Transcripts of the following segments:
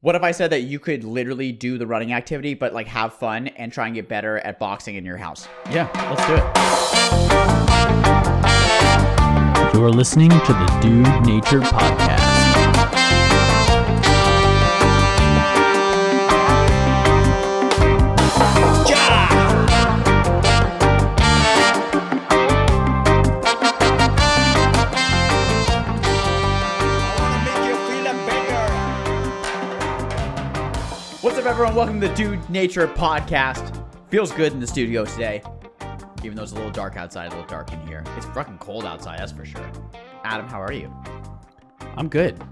What if I said that you could literally do the running activity, but like have fun and try and get better at boxing in your house? Yeah, let's do it. You're listening to the Dude Nature Podcast. What's up, everyone? Welcome to the Dude Nature Podcast. Feels good in the studio today, even though it's a little dark outside, a little dark in here. It's fucking cold outside, that's for sure. Adam, how are you? I'm good.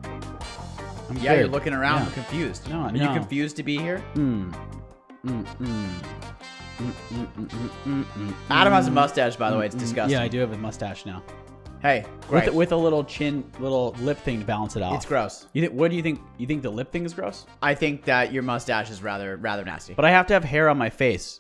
I'm Yeah, you're good. looking around Yeah. confused. No, are no. you confused to be here? Mm. Mm, mm. Mm, mm, mm, mm, mm, mm. Adam has a mustache, by the way. It's Mm, disgusting. Yeah, I do have a mustache now. Hey, great. With, with a little chin, little lip thing to balance it out. it's gross. You think? What do you think? You think the lip thing is gross? I think that your mustache is rather rather nasty. But I have to have hair on my face,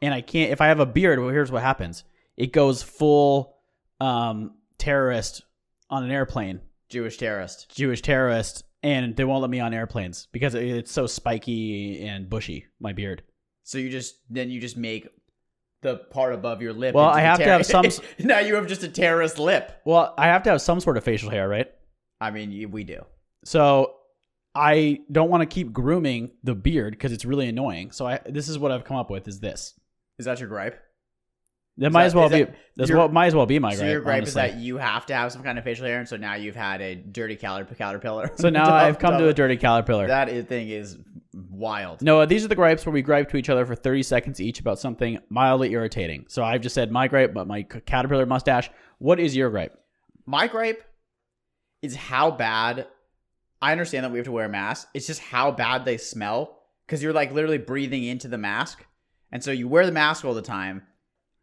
and I can't. If I have a beard, well, here's what happens: it goes full um, terrorist on an airplane, Jewish terrorist. Jewish terrorist, and they won't let me on airplanes because it, it's so spiky and bushy. My beard. So you just then you just make the part above your lip. Well, into I the have to have some- now you have just a terrorist lip. Well, I have to have some sort of facial hair, right? I mean, you- we do. So I don't want to keep grooming the beard because it's really annoying. So I this is what I've come up with: is this. Is that your gripe? That might that- as well is that be. That's your- what might as well be my so gripe. your gripe is honestly. that you have to have some kind of facial hair, and so now you've had a dirty caterp- caterpillar. So now Dumb, I've come to dumb. a dirty caterpillar. That is, thing is wild. No, these are the gripes where we gripe to each other for 30 seconds each about something mildly irritating. So I've just said my gripe, but my c- caterpillar mustache. What is your gripe? My gripe is how bad. I understand that we have to wear a mask. It's just how bad they smell because you're like literally breathing into the mask, and so you wear the mask all the time,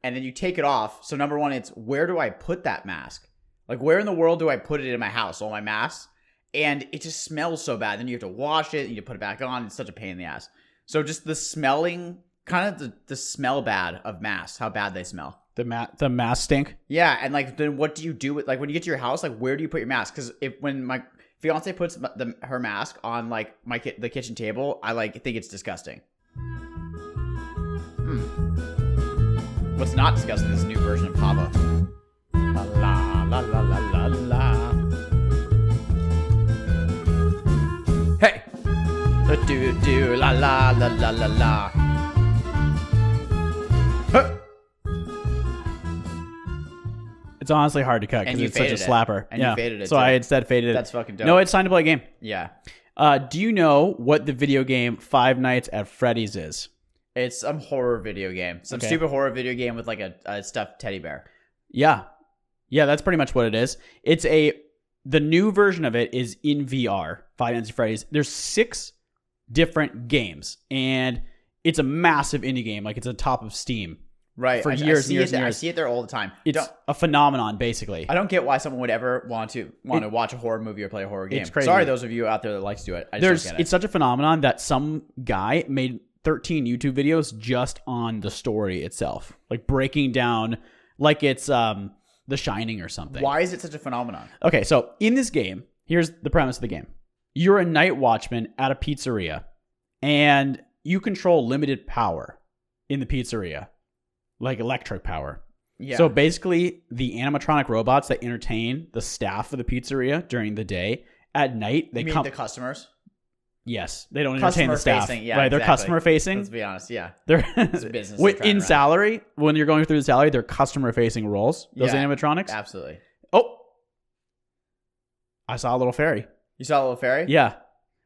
and then you take it off. So number one, it's where do I put that mask? Like where in the world do I put it in my house? All my masks, and it just smells so bad. Then you have to wash it, and you put it back on. It's such a pain in the ass. So just the smelling, kind of the, the smell bad of masks, how bad they smell. The ma- the mask stink. Yeah, and like then what do you do with like when you get to your house? Like where do you put your mask? Because if when my fiance puts m- the, her mask on like my ki- the kitchen table, I like think it's disgusting. Hmm. What's not disgusting is this new version of Pava. La la la la la la la. Hey, the do do la la la la la la. Huh. It's honestly hard to cut And because you it's such a faded it. slapper. And you faded it, So too. I instead faded it. That's fucking dope. No, it's time to play a game. Yeah. Uh, do you know what the video game Five Nights at Freddy's is? It's some horror video game. Some Okay. stupid horror video game with like a, a stuffed teddy bear. Yeah. Yeah, that's pretty much what it is. It's a the new version of it is in VR, Five Nights at Freddy's. There's six different games, and it's a massive indie game. Like it's on top of Steam. Right. For I, I years and see years it, and there- I years. see it there all the time. It's Don't- a phenomenon, basically. I don't get why someone would ever want to want to watch a horror movie or play a horror game. It's crazy. Sorry, those of you out there that likes to do it. I just There's don't get it. it's such a phenomenon that some guy made 13 YouTube videos just on the story itself, like breaking down like it's um The Shining or something. why is it such a phenomenon? Okay, so in this game, here's the premise of the game. You're a night watchman at a pizzeria and you control limited power in the pizzeria, like electric power. Yeah. So basically, the animatronic robots that entertain the staff of the pizzeria during the day, at night they you mean come the customers? Yes, they don't entertain the Customer staff. facing, yeah, right, they're exactly. customer facing. Let's be honest. Yeah. They're business Wi- they're trying in to run. salary when you're going through the salary. They're customer facing roles. Those Yeah, animatronics. Absolutely. Oh, I saw a little fairy. You saw a little fairy? Yeah.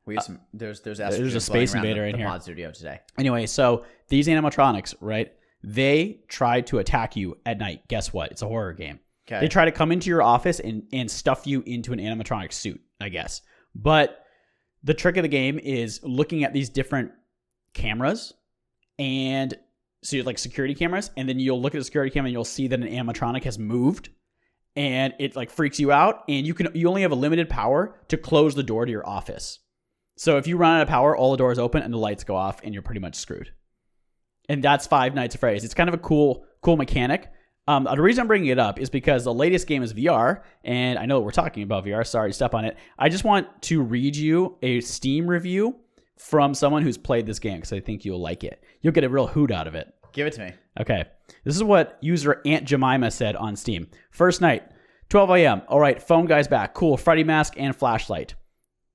We have some, there's there's there's estrogen a space floating around invader the, in the here. Pod studio today. Anyway, so these animatronics, right? They try to attack you at night. Guess what? It's a horror game. Okay. They try to come into your office and, and stuff you into an animatronic suit, I guess. But the trick of the game is looking at these different cameras and so you're like security cameras, and then you'll look at the security camera and you'll see that an animatronic has moved and it like freaks you out and you can you only have a limited power to close the door to your office. So if you run out of power, all the doors open and the lights go off and you're pretty much screwed. And that's Five Nights at Freddy's. It's kind of a cool cool mechanic. Um, the reason I'm bringing it up is because the latest game is VR, and I know we're talking about VR. Sorry, to step on it. I just want to read you a Steam review from someone who's played this game because I think you'll like it. You'll get a real hoot out of it. Give it to me. Okay. This is what user Aunt Jemima said on Steam. First night, 12 a.m. All right, phone guy's back. Cool. Freddy mask and flashlight.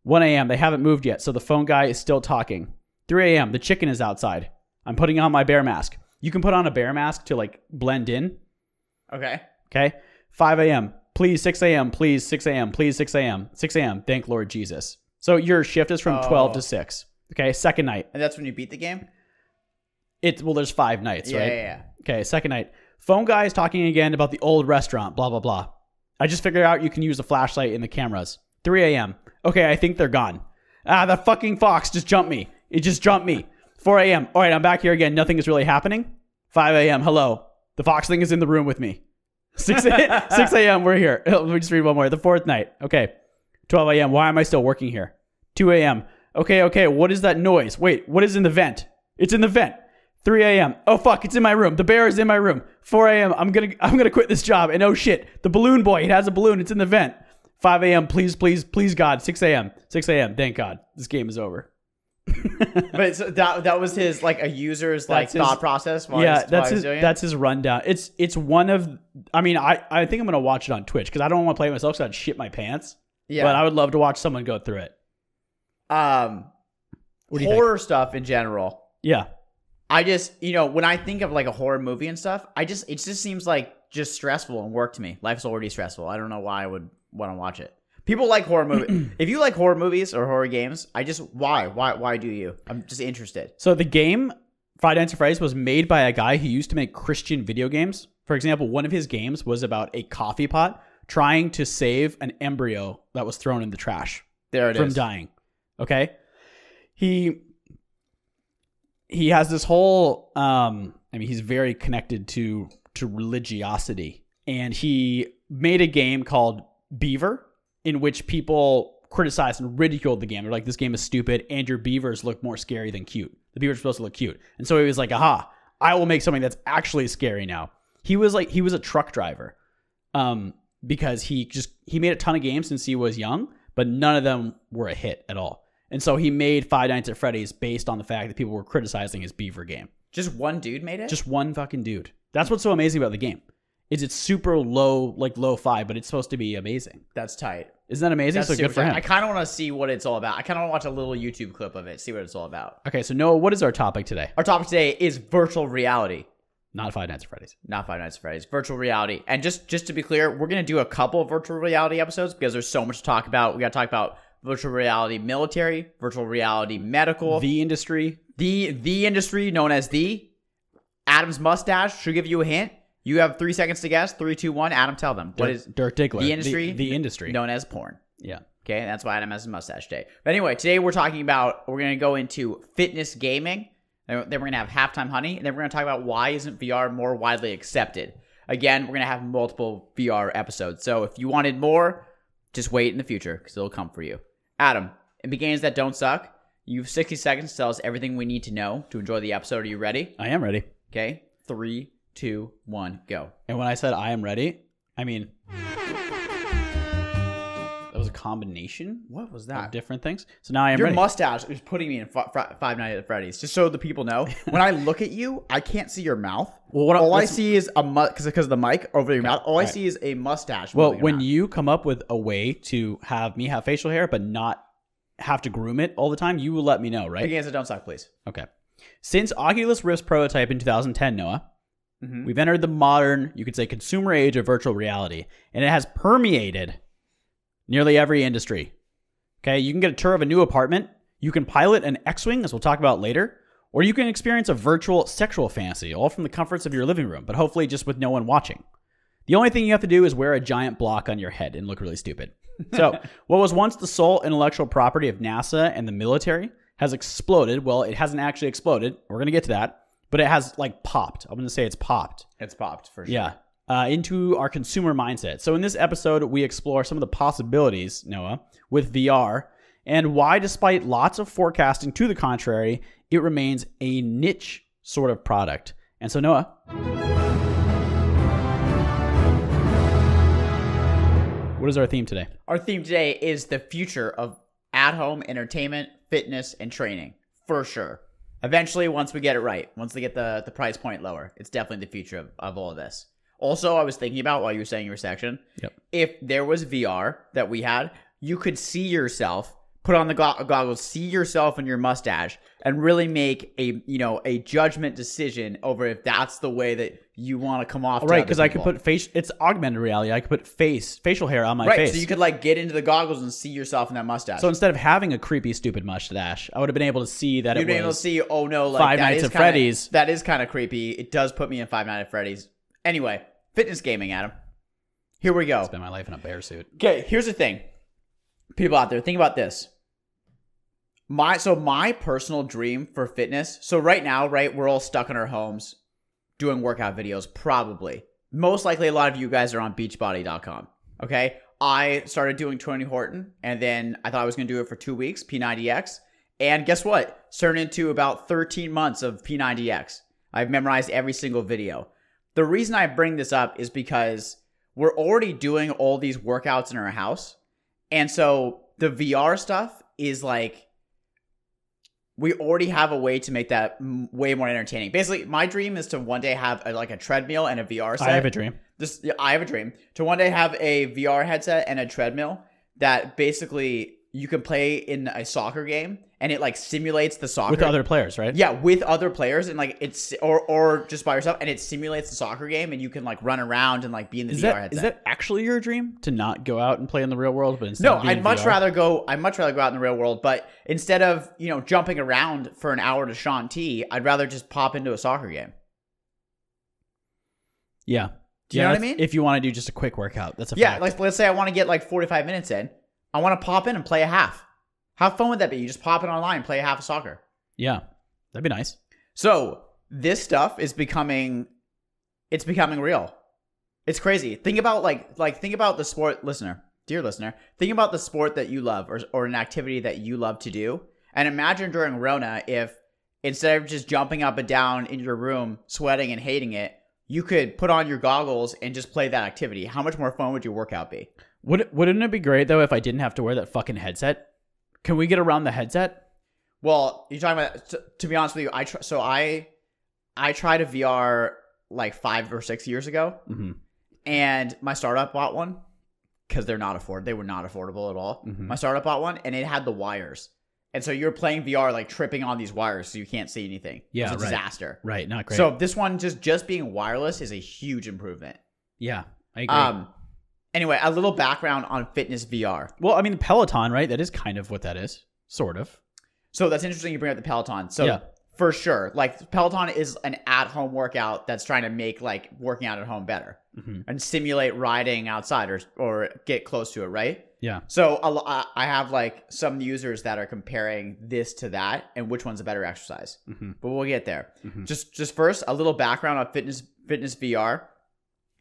1 a.m. They haven't moved yet, so the phone guy is still talking. 3 a.m. The chicken is outside. I'm putting on my bear mask. You can put on a bear mask to like blend in. Okay. Okay. 5 a.m. Please, 6 a.m. Please, 6 a.m. Please, 6 a.m. 6 a.m. Thank Lord Jesus. So your shift is from 12 Oh. to 6. Okay. Second night. And that's when you beat the game? It's, well, there's five nights, yeah, right? yeah, yeah. Okay, second night. Phone guy is talking again about the old restaurant, blah, blah, blah. I just figured out you can use the flashlight in the cameras. 3 a.m. Okay, I think they're gone. Ah, the fucking fox just jumped me. It just jumped me. 4 a.m. All right, I'm back here again. Nothing is really happening. 5 a.m. Hello. The fox thing is in the room with me. 6 a- 6 a.m. We're here. Let me just read one more. The fourth night. Okay. 12 a.m. Why am I still working here? 2 a.m. Okay, okay. What is that noise? Wait, what is in the vent? It's in the vent. 3 a.m. Oh fuck, it's in my room. The bear is in my room. 4 a.m. I'm gonna I'm gonna quit this job. And oh shit, the balloon boy. It has a balloon. It's in the vent. 5 a.m. Please, please, please, God. 6 a.m. 6 a.m. Thank God. This game is over. But so that that was his like a user's like That's his- thought process while he's, yeah, while that's he's his doing it? that's his rundown. It's it's one of I mean I I think I'm gonna watch it on Twitch because I don't want to play it myself because I'd shit my pants. yeah. But I would love to watch someone go through it. um What do you think? horror stuff in general. Yeah. I just you know, when I think of like a horror movie and stuff, I just it just seems like just stressful and work to me. Life's already stressful. I don't know why I would want to watch it. People like horror movies. if you like horror movies or horror games, I just why? Why why do you? I'm just interested. So the game Friday Night Freddy's was made by a guy who used to make Christian video games. For example, one of his games was about a coffee pot trying to save an embryo that was thrown in the trash There it is. from dying. Okay, he he has this whole. Um, I mean, he's very connected to to religiosity, and he made a game called Beaver, in which people criticized and ridiculed the game. They're like, "This game is stupid, and your beavers look more scary than cute. The beavers are supposed to look cute." And so he was like, "Aha! I will make something that's actually scary now." He was like, he was a truck driver um, because he just he made a ton of games since he was young, but none of them were a hit at all. And so he made Five Nights at Freddy's based on the fact that people were criticizing his Beaver game. Just one dude made it? Just one fucking dude. That's what's so amazing about the game. Is it's super low, like low fi, but it's supposed to be amazing. that's tight. Isn't that amazing? That's so good super for tight. him. I kind of want to see what it's all about. I kind of want to watch a little YouTube clip of it, see what it's all about. Okay, so Noah, what is our topic today? Our topic today is virtual reality. Not Five Nights at Freddy's. not Five Nights at Freddy's, virtual reality. And just just to be clear, we're gonna do a couple of virtual reality episodes because there's so much to talk about. We gotta talk about virtual reality military, virtual reality medical, the The industry. the, industry known as the Adam's mustache should give you a hint. You have three seconds to guess. Three, two, one. Adam, tell them what Dirk- is Dirk Diggler? the industry? The, industry. known as porn. Yeah. Okay, and that's why Adam has a mustache today. But anyway, today we're talking about we're gonna go into fitness gaming. Then then we're gonna have halftime honey, and then we're gonna talk about why isn't VR more widely accepted. Again, we're gonna have multiple VR episodes. So if you wanted more, just wait in the future because it'll come for you. Adam, in beginnings that don't suck, you have 60 seconds to tell us everything we need to know to enjoy the episode. Are you ready? I am ready. Okay, three, two, one, go. And when I said I am ready, I mean that was a combination What was of different things. So now I am Your ready. mustache is putting me in fi- Fri- Five Nights at Freddy's. Just so the people know, when I look at you, I can't see your mouth. Well, what I- all I that's- see is a because because of the mic over your mouth. All I alright. see is a mustache. well, moving when around. you come up with a way to have me have facial hair but not have to groom it all the time, you will let me know, right? big hands and don't suck, please. Okay. Since Oculus Rift's prototype in 2010, Noah, Mhm. we've entered the modern, you could say, consumer age of virtual reality, and it has permeated nearly every industry. Okay, you can get a tour of a new apartment, you can pilot an X Wing, as we'll talk about later, or you can experience a virtual sexual fantasy, all from the comforts of your living room, but hopefully just with no one watching. The only thing you have to do is wear a giant block on your head and look really stupid. So, what was once the sole intellectual property of NASA and the military has exploded. Well, it hasn't actually exploded. We're going to get to that. But it has like popped. I'm going to say it's popped. It's popped for sure. Yeah. Uh, into our consumer mindset. So, in this episode, we explore some of the possibilities, Noah, with VR and why, despite lots of forecasting to the contrary, it remains a niche sort of product. And so, Noah, what is our theme today? Our theme today is the future of at-home entertainment fitness, and training for sure. Eventually, once we get it right, once they get the, the price point lower, it's definitely the future of, of all of this. Also, I was thinking about while you were saying your section, Yep. if there was VR that we had, you could see yourself, put on the glo- goggles, see yourself in your mustache, and really make a you know a judgment decision over if that's the way that you want to come off. to Right, other because I could people. put face. It's augmented reality. I could put face facial hair on my right, face. so you could like get into the goggles and see yourself in that mustache. So instead of having a creepy, stupid mustache, I would have been able to see that You'd be it able to was. see, oh no, like Five that Nights is at kinda- Freddy's. That is kind of creepy. It does put me in Five Nights at Freddy's. Anyway, fitness gaming, Adam. Here we go. Spend my life in a bear suit. Okay, here's the thing. People out there, think about this. My so my personal dream for fitness. So right now, right, we're all stuck in our homes doing workout videos probably. Most likely a lot of you guys are on beachbody.com. Okay? I started doing Tony Horton and then I thought I was going to do it for 2 weeks, P90X. And guess what? It's turned into about 13 months of P90X. I've memorized every single video. The reason I bring this up is because we're already doing all these workouts in our house. And so the VR stuff is like we already have a way to make that m- way more entertaining. Basically, my dream is to one day have a, like a treadmill and a VR set. I have a dream. This yeah, I have a dream to one day have a VR headset and a treadmill that basically you can play in a soccer game and it like simulates the soccer with other players, right? yeah, with other players and like it's or or just by yourself, and it simulates the soccer game, and you can like run around and like be in the Is VR that headset. is that actually your dream to not go out and play in the real world, but instead no, of being I'd in much VR? rather go. I'd much rather go out in the real world, but instead of you know jumping around for an hour to Sean T, I'd rather just pop into a soccer game. Yeah. Do you Yeah, know what I that's- mean? If you want to do just a quick workout, that's a Yeah, fact. like let's say I want to get like forty five minutes in, I want to pop in and play a half. How fun would that be? You just pop in online, and play a half of soccer. yeah, that'd be nice. So this stuff is becoming, it's becoming real. It's crazy. Think about like like think about the sport, listener, dear listener. Think about the sport that you love or or an activity that you love to do, and imagine during Rona if instead of just jumping up and down in your room, sweating and hating it, you could put on your goggles and just play that activity. How much more fun would your workout be? Would wouldn't it be great though if I didn't have to wear that fucking headset? Can we get around the headset? Well, you're talking about. To, to be honest with you, I tr- so I, I tried a VR like five or six years ago. Mm-hmm. and my startup bought one because they're not afford they were not affordable at all. Mhm. My startup bought one and it had the wires, and so you're playing VR like tripping on these wires, so you can't see anything. Yeah, it's a right. disaster. Right, not great. So this one just just being wireless is a huge improvement. yeah, I agree. Um, anyway, a little background on fitness VR. well, I mean, Peloton, right? That is kind of what that is, sort of. So that's interesting. You bring up the Peloton. So Yeah. for sure, like Peloton is an at-home workout that's trying to make like working out at home better Mhm. and simulate riding outside or or get close to it, right? Yeah, So a lo- I I have like some users that are comparing this to that and which one's a better exercise. Mhm. But we'll get there. Mhm. Just just first a little background on fitness fitness VR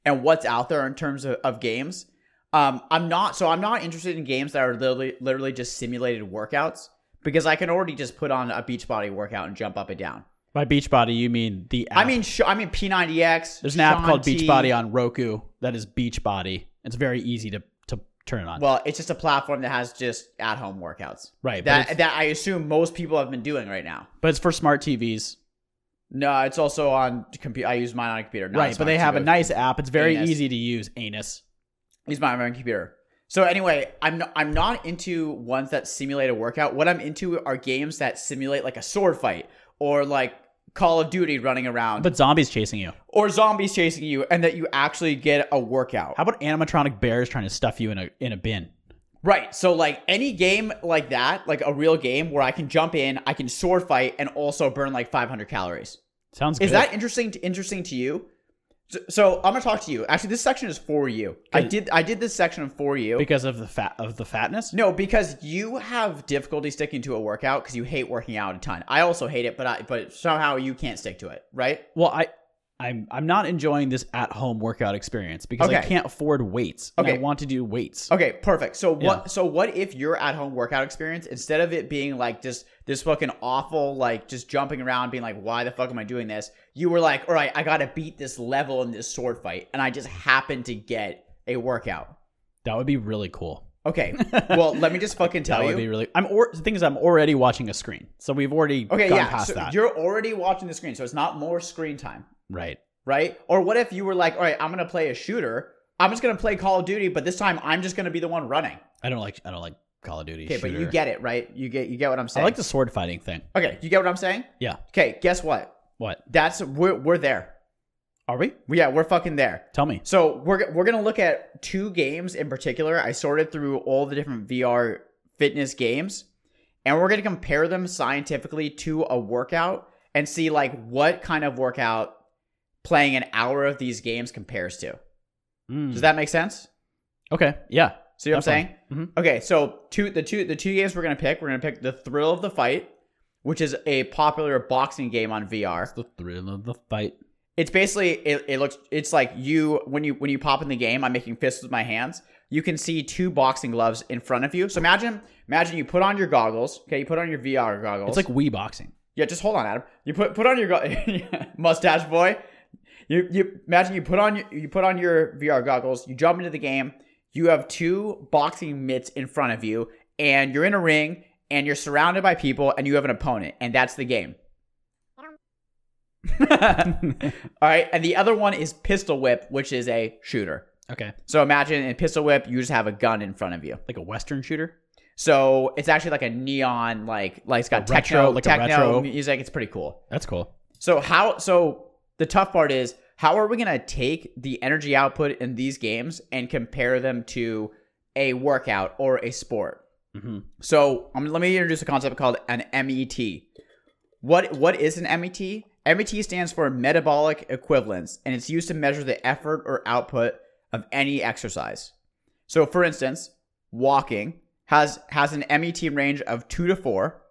and what's out there in terms of, of games. Um, I'm not so I'm not interested in games that are literally literally just simulated workouts because I can already just put on a Beachbody workout and jump up and down. by Beachbody you mean the app. I mean sh- I mean P90X. there's an app called Shanti. Beachbody on Roku that is Beachbody. It's very easy to to turn on. Well, it's just a platform that has just at home workouts right, but that it's, that I assume most people have been doing right now. but it's for smart TVs. No, it's also on computer. I use mine on a computer. not right, as but much. they have a It- nice app. It's very Anus. easy to use. Anus. Use mine on my computer. So anyway, I'm not, I'm not into ones that simulate a workout. What I'm into are games that simulate like a sword fight or like Call of Duty running around But zombies chasing you. or zombies chasing you, and that you actually get a workout. How about animatronic bears trying to stuff you in a in a bin? Right. So like any game like that, like a real game where I can jump in, I can sword fight, and also burn like 500 calories. Sounds Is good. that interesting? To, interesting to you? So, so I'm gonna talk to you. Actually, this section is for you. I Good. did I did this section for you. because of the fat of the fatness? no, because you have difficulty sticking to a workout because you hate working out a ton. I also hate it, but I but somehow you can't stick to it, right? Well, I I'm I'm not enjoying this at home workout experience because I Okay. can't afford weights. and I Okay. want to do weights. Okay, perfect. So what? Yeah. So what if your at-home workout experience, instead of it being like just this fucking awful, like just jumping around, being like, "Why the fuck am I doing this?" You were like, "All right, I gotta beat this level in this sword fight," and I just happened to get a workout. That would be really cool. Okay. Well, let me just fucking That tell would be you. really. I'm or the thing is, I'm already watching a screen, so we've already Okay, gone yeah. past so that, You're already watching the screen, so it's not more screen time, right? right? Or what if you were like, all right, I'm gonna play a shooter. I'm just gonna play Call of Duty, but this time I'm just gonna be the one running. I don't like. I don't like Call of Duty. Okay, but you shooter. get it, right? You get you get what I'm I saying. like the sword fighting thing. Okay, you get what I'm saying? Yeah. Okay, guess what? What That's we're we're there. are we? Yeah, we're fucking there. Tell me. So we're we're gonna look at two games in particular. I sorted through all the different VR fitness games, and we're gonna compare them scientifically to a workout and see like what kind of workout playing an hour of these games compares to. Mm. Does that make sense? okay. Yeah. See what I'm saying? Definitely. Mhm. Okay, so two the two the two games we're gonna pick. We're gonna pick the Thrill of the Fight, which is a popular boxing game on VR. The thrill of the fight. it's basically it, it looks it's like you when you when you pop in the game i'm making fists with my hands you can see two boxing gloves in front of you so imagine imagine you put on your goggles okay you put on your vr goggles It's like Wii boxing. yeah just hold on adam you put put on your go- mustache boy you you imagine you put on your, you put on your vr goggles you jump into the game you have two boxing mitts in front of you and you're in a ring and you're surrounded by people and you have an opponent and that's the game all right, and the other one is pistol whip, which is a shooter. Okay. So imagine in pistol whip, you just have a gun in front of you. Like a Western shooter. So it's actually like a neon, like like it's got A retro- techno, like a techno retro. music. It's pretty cool. That's cool. So how? So the tough part is how are we gonna take the energy output in these games and compare them to a workout or a sport? Mm-hmm. So um, let me introduce a concept called an MET. What what is an E MET? MET stands for metabolic equivalence, and it's used to measure the effort or output of any exercise. So, for instance, walking has has an MET range of two to four.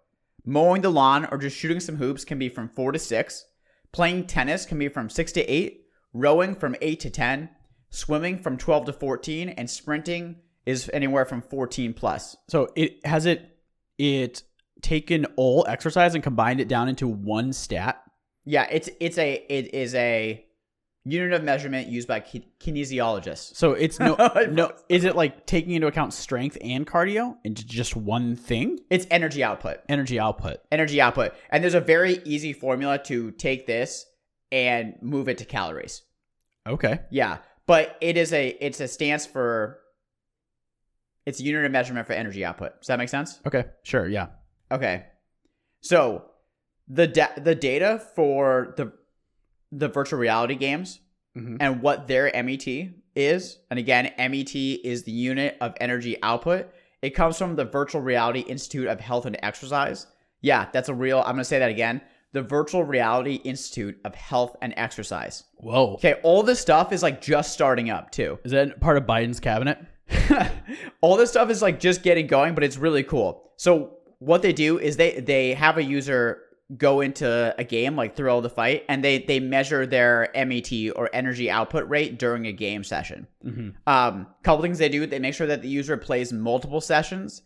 Mowing the lawn or just shooting some hoops can be from four to six. Playing tennis can be from six to eight. Rowing from eight to ten. Swimming from twelve to fourteen, and sprinting is anywhere from fourteen plus. So it has it it taken all exercise and combined it down into one stat. Yeah, it's it's a it is a unit of measurement used by ki- kinesiologists. So it's no I no. Is it like taking into account strength and cardio into just one thing? It's energy output. Energy output. Energy output. And there's a very easy formula to take this and move it to calories. Okay. Yeah, but it is a it's a stance for it's a unit of measurement for energy output. Does that make sense? Okay. Sure. Yeah. Okay. So the da- the data for the the virtual reality games Mhm. and what their MET is, and again, MET is the unit of energy output. It comes from the Virtual Reality Institute of Health and Exercise. Yeah, that's a real. I'm gonna say that again. The Virtual Reality Institute of Health and Exercise. Whoa. Okay, all this stuff is like just starting up too. Is that part of Biden's cabinet? all this stuff is like just getting going, but it's really cool. So what they do is they they have a user go into a game like Thrill of the Fight, and they they measure their MET or energy output rate during a game session. Mhm. Um, couple things they do: they make sure that the user plays multiple sessions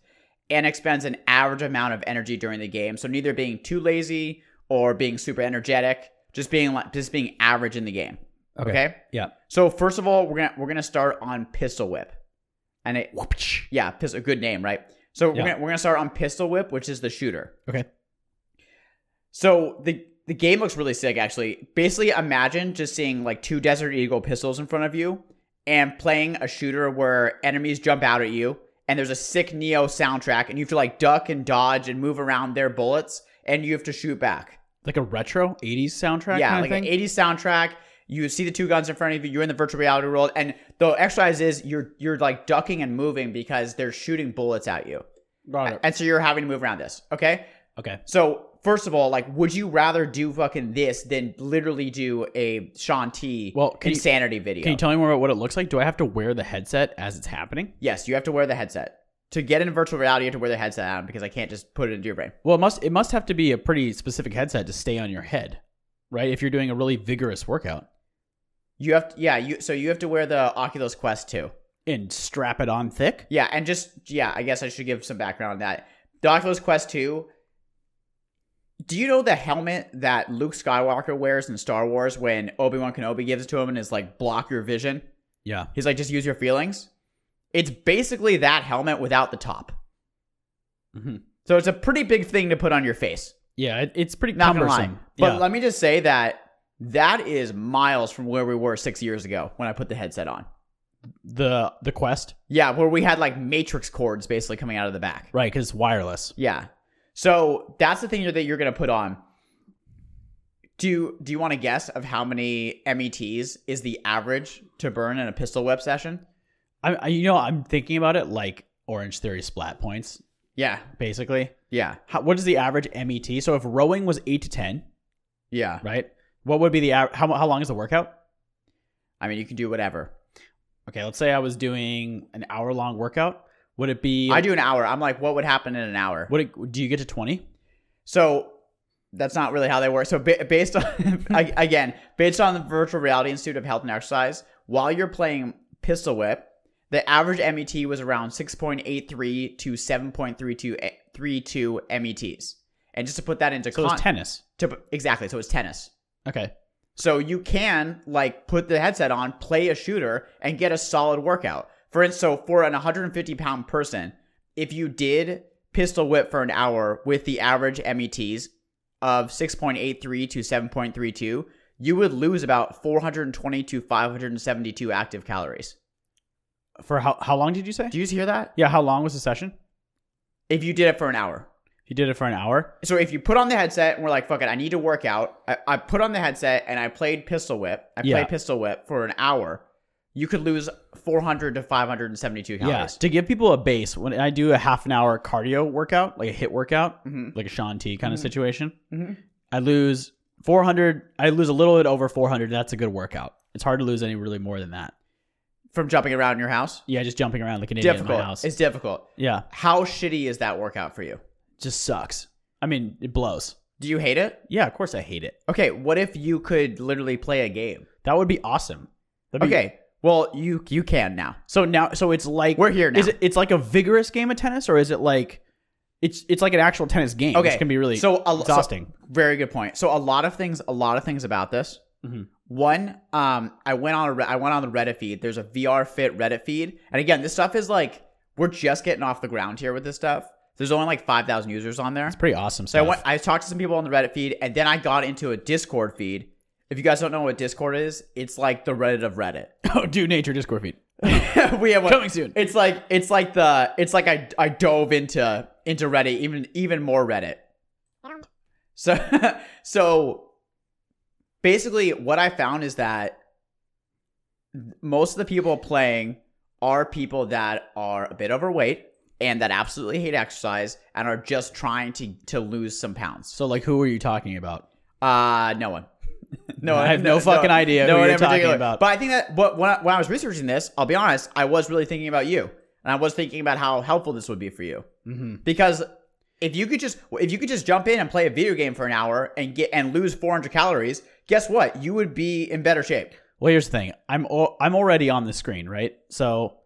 and expends an average amount of energy during the game. So neither being too lazy or being super energetic, just being like just being average in the game. Okay. okay? Yeah. So first of all, we're gonna we're gonna start on Pistol Whip, and it Whoopch. yeah, pistol, good name, right? So we're Yeah. gonna, we're gonna start on Pistol Whip, which is the shooter. Okay. So the the game looks really sick, actually. Basically, imagine just seeing like two Desert Eagle pistols in front of you, and playing a shooter where enemies jump out at you, and there's a sick Neo soundtrack, and you have to like duck and dodge and move around their bullets, and you have to shoot back. Like a retro '80s soundtrack. yeah, kind like of thing? an '80s soundtrack. You see the two guns in front of you. You're in the virtual reality world, and the exercise is you're you're like ducking and moving because they're shooting bullets at you. Got it. And so you're having to move around this. Okay. Okay. So first of all, like, would you rather do fucking this than literally do a Sean T Well, can you- insanity video? Can you tell me more about what it looks like? Do I have to wear the headset as it's happening? yes, you have to wear the headset. To get in virtual reality, you have to wear the headset on because I can't just put it into your brain. Well, it must it must have to be a pretty specific headset to stay on your head, right? If you're doing a really vigorous workout You have to, yeah, you so you have to wear the Oculus Quest too. and strap it on thick. Yeah, and just yeah, I guess I should give some background on that. The Oculus Quest 2. Do you know the helmet that Luke Skywalker wears in Star Wars when Obi-Wan Kenobi gives it to him and is like block your vision? Yeah. He's like, just use your feelings. It's basically that helmet without the top. hmm So it's a pretty big thing to put on your face. Yeah, it, it's pretty Not gonna lie. cumbersome. But yeah. let me just say that that is miles from where we were six years ago when I put the headset on. the the Quest, Yeah, where we had like matrix cords basically coming out of the back. right? Because it's wireless. Yeah. So that's the thing that you're going to put on. Do do you want to guess of how many METs is the average to burn in a pistol whip session? I, I you know I'm thinking about it like Orange Theory splat points Yeah. basically. Yeah. How, what is the average MET? So if rowing was eight to ten, Yeah. right? What would be the av- how how long is the workout? I mean, you can do whatever. Okay, let's say I was doing an hour long workout. Would it be? I do an hour. I'm like, what would happen in an hour? Would it, do you get to twenty? So that's not really how they work. So ba- based on ag- again, based on the Virtual Reality Institute of Health and Exercise, while you're playing Pistol Whip, the average MET was around 6.83 to 7.32 32 METs. E And just to put that into So con- it's tennis. to pu- exactly, so it's tennis. Okay. So you can like put the headset on, play a shooter, and get a solid workout. For instance, so for an 150 pound person, if you did pistol whip for an hour with the average METs of 6.83 to 7.32, you would lose about 420 to 572 active calories. For how how long did you say? Do you hear that? yeah, how long was the session? If you did it for an hour. You did it for an hour. So if you put on the headset and we're like, fuck it, I need to work out. I, I put on the headset and I played Pistol Whip. I Yeah. played Pistol Whip for an hour. You could lose 400 to 572 Yeah. calories. To give people a base, when I do a half an hour cardio workout, like a hit workout, Mhm. like a Sean T kind of situation, Mhm. I lose 400. I lose a little bit over 400. That's a good workout. It's hard to lose any really more than that. From jumping around in your house. Yeah, just jumping around like an idiot in my difficult. house. It's difficult. yeah, How shitty is that workout for you? just sucks. I mean, it blows. Do you hate it? Yeah, of course I hate it. Okay, what if you could literally play a game? That would be awesome. That'd be- Okay, well, you you can now. So now, so it's like We're here now. Is it, it's like a vigorous game of tennis, or is it like it's it's like an actual tennis game? Okay, which can be really so a- so- exhausting. Very good point. So a lot of things, a lot of things about this. Mhm. One, um, I went on a Re- I went on the Reddit feed. There's a VR Fit Reddit feed, and again, this stuff is like we're just getting off the ground here with this stuff. There's only like five thousand users on there. it's pretty awesome. So I Stuff. went, I talked to some people on the Reddit feed, and then I got into a Discord feed. If you guys don't know what Discord is, it's like the Reddit of Reddit. oh, do nature Discord feed we have one. coming soon. It's like it's like the it's like I I dove into into Reddit even even more Reddit. So so basically what I found is that most of the people playing are people that are a bit overweight and that absolutely hate exercise and are just trying to to lose some pounds. So like, who are you talking about? Uh no one. No, I have no fucking idea who one you're in talking particular. about. But I think that but when I, when I was researching this, I'll be honest, I was really thinking about you, and I was thinking about how helpful this would be for you Mm-hmm. because if you could just if you could just jump in and play a video game for an hour and get and lose 400 calories, guess what? You would be in better shape. Well, here's the thing. I'm al- I'm already on the screen, right? So,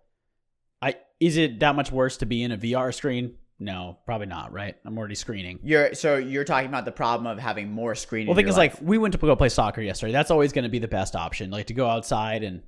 I is it that much worse to be in a VR screen? No, probably not. Right? I'm already screening. You're so you're talking about the problem of having more screen. Well, in the thing your is, life. like, we went to go play soccer yesterday. That's always going to be the best option, like to go outside and.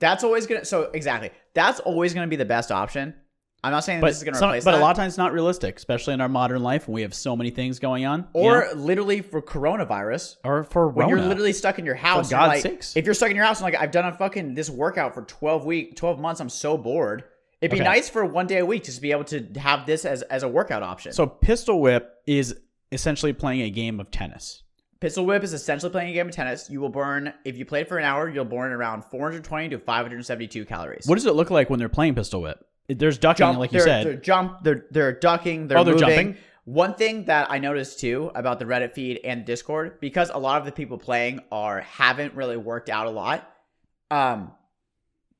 that's always gonna so exactly that's always gonna be the best option. I'm not saying But this is gonna some- replace but that. a lot of times it's not realistic, especially in our modern life when we have so many things going on. you or know? literally for coronavirus, or for when Rona. you're literally stuck in your house. and, God's like, sakes. If you're stuck in your house and like I've done a fucking this workout for twelve week, twelve months, I'm so bored. It'd be Okay. nice for one day a week just to be able to have this as as a workout option. so pistol whip is essentially playing a game of tennis. pistol whip is essentially playing a game of tennis. You will burn if you play it for an hour, you'll burn around 420 to 572 calories. What does it look like when they're playing pistol whip? There's ducking, jump? like you they're, said. they're jump. They're they're ducking. They're, Oh, they're moving. jumping? One thing that I noticed too about the Reddit feed and Discord, because a lot of the people playing are haven't really worked out a lot. Um,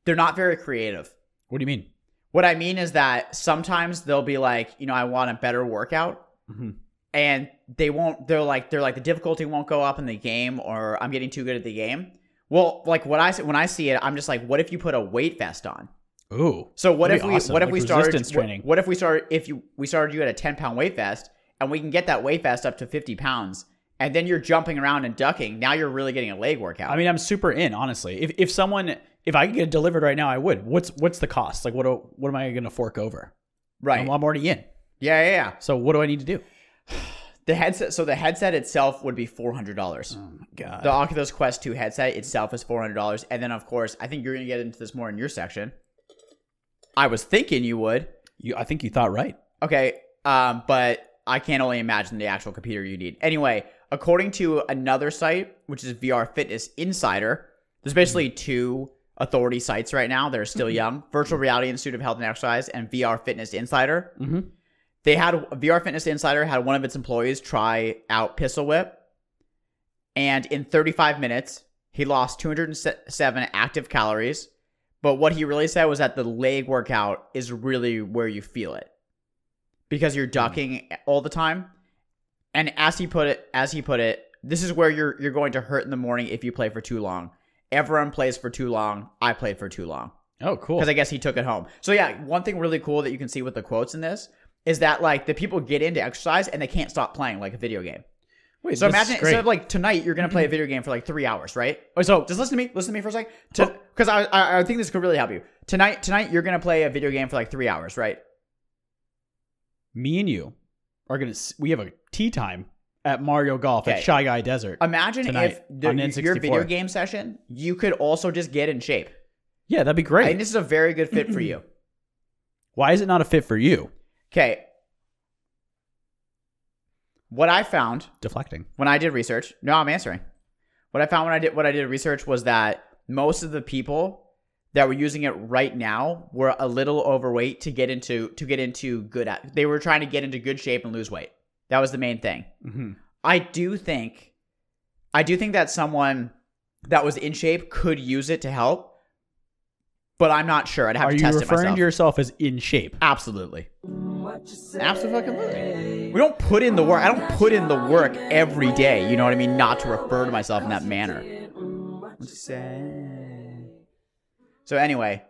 they're not very creative. what do you mean? What I mean is that sometimes they'll be like, you know, I want a better workout, Mhm. Mm-hmm. and they won't. They're like, they're like the difficulty won't go up in the game, or I'm getting too good at the game. Well, like what I see when I see it, I'm just like, what if you put a weight vest on? Ooh. So what That'd if be we awesome, what if like we started resistance what- training. What, if we started if you we started you at a 10 pound weight vest, and we can get that weight vest up to 50 pounds, and then you're jumping around and ducking. Now you're really getting a leg workout. I mean, I'm super in, honestly. If if someone if I could get it delivered right now, I would. What's what's the cost? Like, what do, what am I going to fork over? Right. I'm, I'm already in. yeah, yeah, yeah. So what do I need to do? The headset. So the headset itself would be four hundred dollars. God. The Oculus Quest 2 headset itself is four hundred dollars, and then of course, I think you're gonna get into this more in your section. I was thinking you would. You, I think you thought right. Okay, um, but I can only imagine the actual computer you need. Anyway, according to another site, which is VR Fitness Insider, there's basically two authority sites right now that are still young: Virtual Reality Institute of Health and Exercise and VR Fitness Insider. Mm-hmm. They had VR Fitness Insider had one of its employees try out Pistol Whip, and in 35 minutes, he lost 207 active calories. But what he really said was that the leg workout is really where you feel it because you're ducking all the time. And as he put it, as he put it, this is where you're you're going to hurt in the morning if you play for too long. Everyone plays for too long. I played for too long Oh, cool. because I guess he took it home. So yeah, one thing really cool that you can see with the quotes in this is that like the people get into exercise and they can't stop playing like a video game. Wait, So this is imagine great. Mm-hmm. instead of like tonight you're gonna play a video game for like three hours, right? Oh, so Oh. Just listen to me. Listen to me for a second. Because I, I I think this could really help you tonight. Tonight you're gonna play a video game for like three hours, right? me and you are gonna s- we have a tea time at Mario Golf Okay. at Shy Guy Desert. Imagine Tonight if the, on your N64. video game session you could also just get in shape. yeah, that'd be I great. think this is a very good fit for you. Why is it not a fit for you? Okay. What I found Deflecting. when I did research, no, I'm answering. What I found when I did what I did research was that most of the people that were using it right now were a little overweight to get into to get into good at, they were trying to get into good shape and lose weight. That was the main thing. Mm-hmm. I do think I do think that someone that was in shape could use it to help, but I'm not sure. I'd have Are to you test referring it myself. to yourself as in shape? Absolutely. Absolutely. We don't put in the work. I don't put in the work every day. You know what I mean? Not to refer to myself in that manner. What you say? So anyway,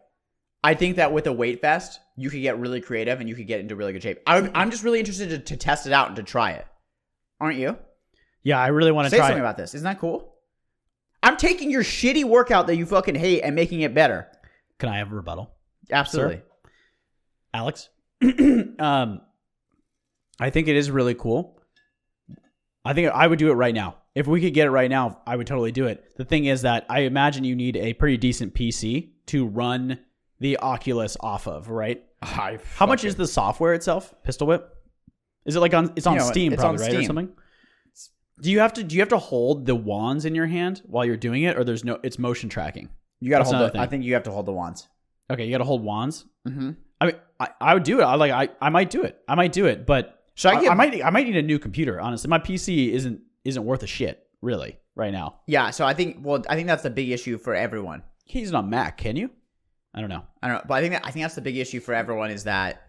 I think that with a weight vest, you could get really creative and you could get into really good shape. I, I'm just really interested to, to test it out and to try it. Aren't you? Yeah, I really want to Say try. something it. about this. Isn't that cool? I'm taking your shitty workout that you fucking hate and making it better. Can I have a rebuttal? Absolutely. Alex. um, I think it is really cool. I think I would do it right now. If we could get it right now, I would totally do it. The thing is that I imagine you need a pretty decent PC to run the Oculus off of, right? How much is the software itself? Pistol Whip? Is it like on? It's on You know, Steam, it's probably, on right, or Steam. something. Do you have to? Do you have to hold the wands in your hand while you're doing it, or there's no? It's motion tracking. You gotta That's hold. another The, thing. I think you have to hold the wands. Okay, you got to hold wands. Mm-hmm. I mean, I, I would do it. I like. I, I might do it. I might do it. But Should I I, get? I might I might need a new computer. Honestly, my PC isn't isn't worth a shit really right now. yeah. So I think. Well, I think that's the big issue for everyone. You can't use it on Mac, can you? I don't know. I don't know, but I think that, I think that's the big issue for everyone is that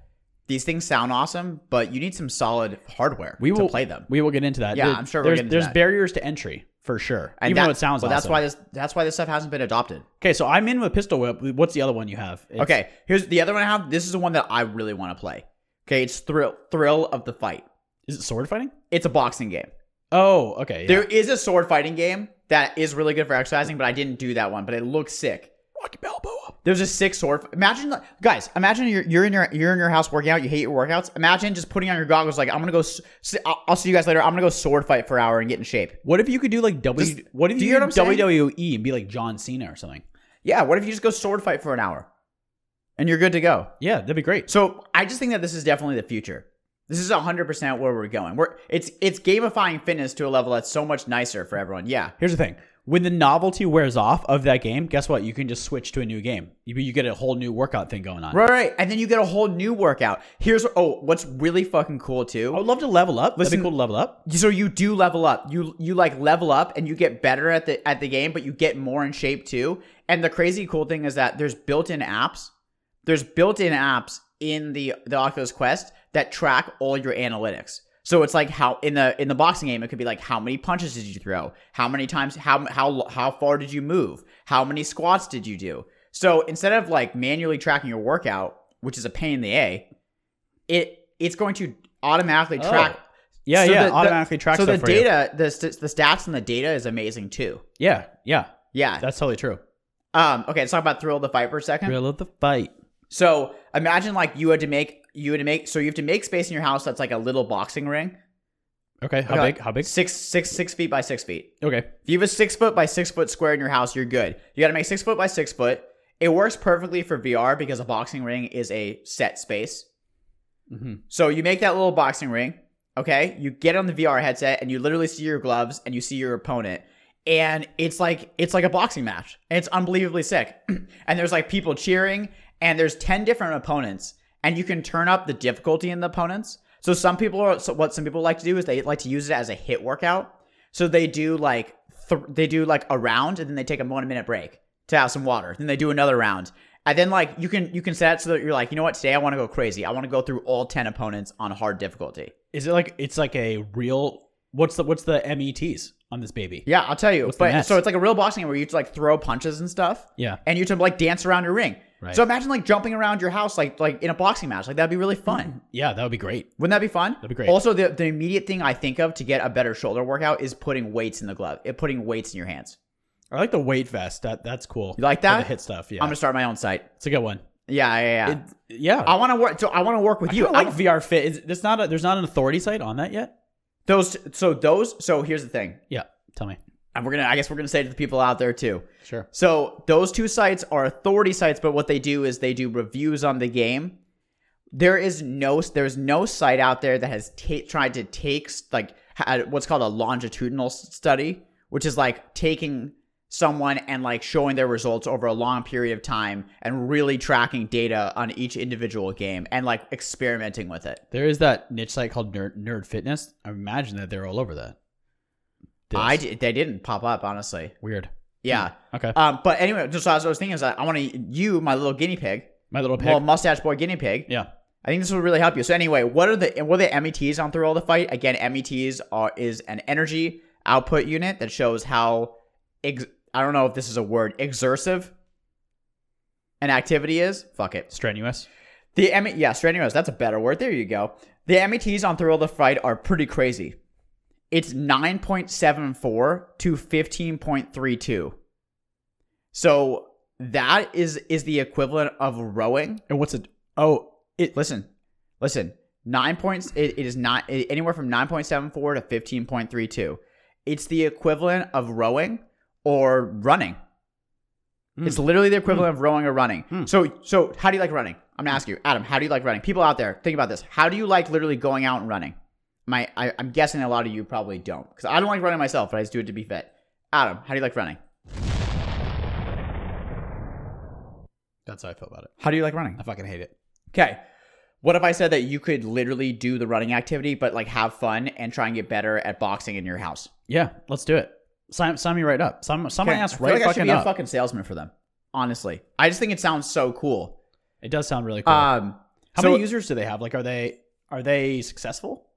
these things sound awesome, but you need some solid hardware We to will play them. We will get into that. Yeah, I'm sure we'll there's get into there's that. barriers to entry for sure. even though that- it sounds well, that's awesome. why this that's why this stuff hasn't been adopted. Okay, so I'm in with Pistol Whip. What's the other one you have? It's- okay, here's the other one I have. This is the one that I really want to play. Okay, it's thrill thrill of the fight. is it sword fighting? It's a boxing game. Oh, okay. yeah. There is a sword fighting game that is really good for exercising, but I didn't do that one. But it looks sick. Rocky Balboa. There's a sick sword. Imagine, like, guys. Imagine you're you're in your you're in your house working out. You hate your workouts. Imagine just putting on your goggles. Like I'm gonna go. s- s- I'll, I'll see you guys later. I'm gonna go sword fight for an hour and get in shape. What if you could do like W? Just- what if do you, you hear did what I'm saying? WWE E and be like John Cena or something? Yeah. What if you just go sword fight for an hour, and you're good to go? Yeah, that'd be great. So I just think that this is definitely the future. This is 100 percent where we're going. We're it's it's gamifying fitness to a level that's so much nicer for everyone. Yeah. Here's the thing. When the novelty wears off of that game, guess what? You can just switch to a new game. You, you get a whole new workout thing going on. Right, right. And then you get a whole new workout. Here's oh, what's really fucking cool too. I would love to level up. That'd Listen- be cool to level up. so you do level up you you like level up and you get better at the at the game but you get more in shape too and the crazy cool thing is that there's built-in apps there's built-in apps in the the oculus quest that track all your analytics so it's like how in the in the boxing game it could be like how many punches did you throw how many times how how how far did you move how many squats did you do so instead of like manually tracking your workout which is a pain in the a it it's going to automatically Oh. track Yeah, so yeah. the- the- automatically tracks so the stuff for you. data, the st- the stats and the data is amazing too. Yeah, yeah. Yeah, That's totally true. Um, okay, let's talk about thrill of the fight for a second. Thrill of the fight. So imagine like you had to make you had to make so you have to make space in your house that's like a little boxing ring, Okay, how Okay. big? How big? six six six feet by six feet. Okay. If you have a six foot by six foot square in your house, you're good. You got to make six foot by six foot. It works perfectly for VR because a boxing ring is a set space. Mm-hmm. So you make that little boxing ring, okay? You get on the VR headset and you literally see your gloves and you see your opponent. And it's like it's like a boxing match. And it's unbelievably sick. and there's like people cheering and there's 10 different opponents and you can turn up the difficulty in the opponents. So some people are so what some people like to do is they like to use it as a hit workout. So they do like th- they do like a round and then they take a 1 minute break to have some water. Then they do another round. And then like you can you can set it so that you're like, you know what, today I want to go crazy. I want to go through all ten opponents on hard difficulty. Is it like it's like a real? What's the what's the METs on this baby? Yeah, I'll tell you. What's the but mess? so it's like a real boxing game where you have to like throw punches and stuff. Yeah. And you have to like dance around your ring. Right. So imagine like jumping around your house like like in a boxing match. Like that'd be really fun. Yeah, that would be great. Wouldn't that be fun? Mm-hmm. That'd be great. Also, the, the immediate thing I think of to get a better shoulder workout is putting weights in the glove. It putting weights in your hands. I like the weight vest. That that's cool. You like For the that? hit stuff. Yeah, I'm gonna start my own site. it's a good one. Yeah, yeah, yeah. It, yeah, I want to work. So I want to work with you. I I like VR Fit. Is, there's not a, there's not an authority site on that yet. those. So those. So here's the thing, Yeah, tell me. and we're gonna. I guess we're gonna say to the people out there too. Sure. So those two sites are authority sites, but what they do is they do reviews on the game. There is no there's no site out there that has ta- tried to take like ha- what's called a longitudinal s- study, which is like taking someone and like showing their results over a long period of time and really tracking data on each individual game and like experimenting with it. There is that niche site called Nerd, Nerd Fitness. I imagine that they're all over that. This. I di- they didn't pop up honestly. weird. Yeah. Okay, Um, but anyway, just as I was thinking, is that I want to you, my little guinea pig, my little pick. well, mustache boy guinea pig. yeah, I think this will really help you. So anyway, what are the what are the METs on through all the fight? Again, METs are is an energy output unit that shows how ex- I don't know if this is a word exersive an activity is. Fuck it. strenuous. The M yeah, strenuous. That's a better word. There you go. The METs on Thrill of the Fight are pretty crazy. It's 9.74 to 15.32. So that is is the equivalent of rowing. And what's it? Oh, it. Listen, listen. Nine points. It, it is not it, anywhere from nine point seven four to fifteen point three two. It's the equivalent of rowing or running. It's literally the equivalent of rowing or running. So, so how do you like running? I'm gonna ask you, Adam. How do you like running? People out there, think about this. How do you like literally going out and running? My, I, I'm guessing a lot of you probably don't because I don't like running myself, but I just do it to be fit. Adam, how do you like running? That's how I feel about it. How do you like running? I fucking hate it. Okay. What if I said that you could literally do the running activity, but like have fun and try and get better at boxing in your house? Yeah, let's do it. Sign, sign me right up. Sign, sign my Okay, ass I feel right like I should fucking be up. a fucking salesman for them. Honestly, I just think it sounds so cool. it does sound really cool. Um, How so- many users do they have? Like, are they are they successful?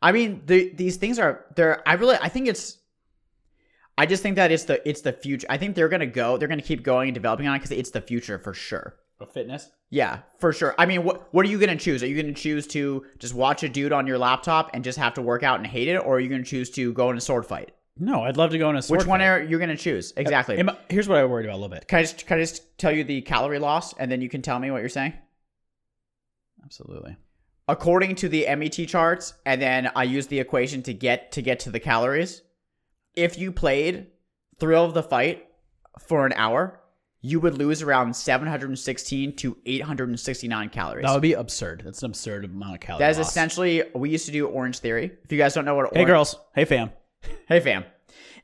I mean, the, these things are they're. I really, I think it's. I just think that it's the it's the future. I think they're gonna go. They're gonna keep going and developing on it because it's the future for sure. Of fitness. Yeah, for sure. I mean, what what are you gonna choose? Are you gonna choose to just watch a dude on your laptop and just have to work out and hate it, or are you gonna choose to go in a sword fight? No, I'd love to go on a sword Which one fight. are you gonna choose exactly? Am I- here's what I worried about a little bit. can I just can I just tell you the calorie loss and then you can tell me what you're saying? Absolutely. According to the MET charts, and then I use the equation to get to get to the calories. If you played Thrill of the Fight for an hour, you would lose around 716 to 869 calories. That would be absurd. That's an absurd amount of calories. that is essentially we used to do Orange Theory. If you guys don't know what Hey Orange, girls. Hey fam. hey fam,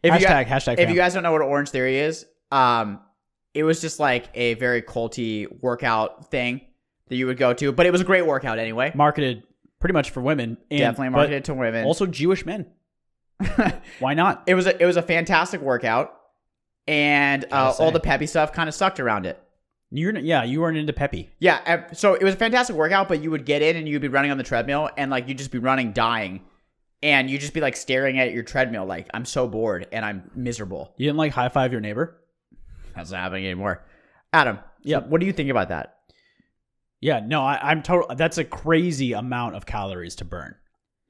if you guys, hashtag hashtag if fam. you guys don't know what Orange Theory is, um, it was just like a very culty workout thing that you would go to, but it was a great workout anyway. marketed pretty much for women. And, Definitely but marketed to women. Also Jewish men. Why not? it was a, it was a fantastic workout, and Gotta uh, say. all the peppy stuff kind of sucked around it. You're n- yeah. You weren't into Peppy. Yeah, and so it was a fantastic workout, but you would get in and you'd be running on the treadmill, and like you'd just be running, dying, and you'd just be like staring at your treadmill, like I'm so bored and I'm miserable. You didn't like high five your neighbor. That's not happening anymore. Adam, Yeah. what do you think about that? Yeah. No, I, I'm total. That's a crazy amount of calories to burn.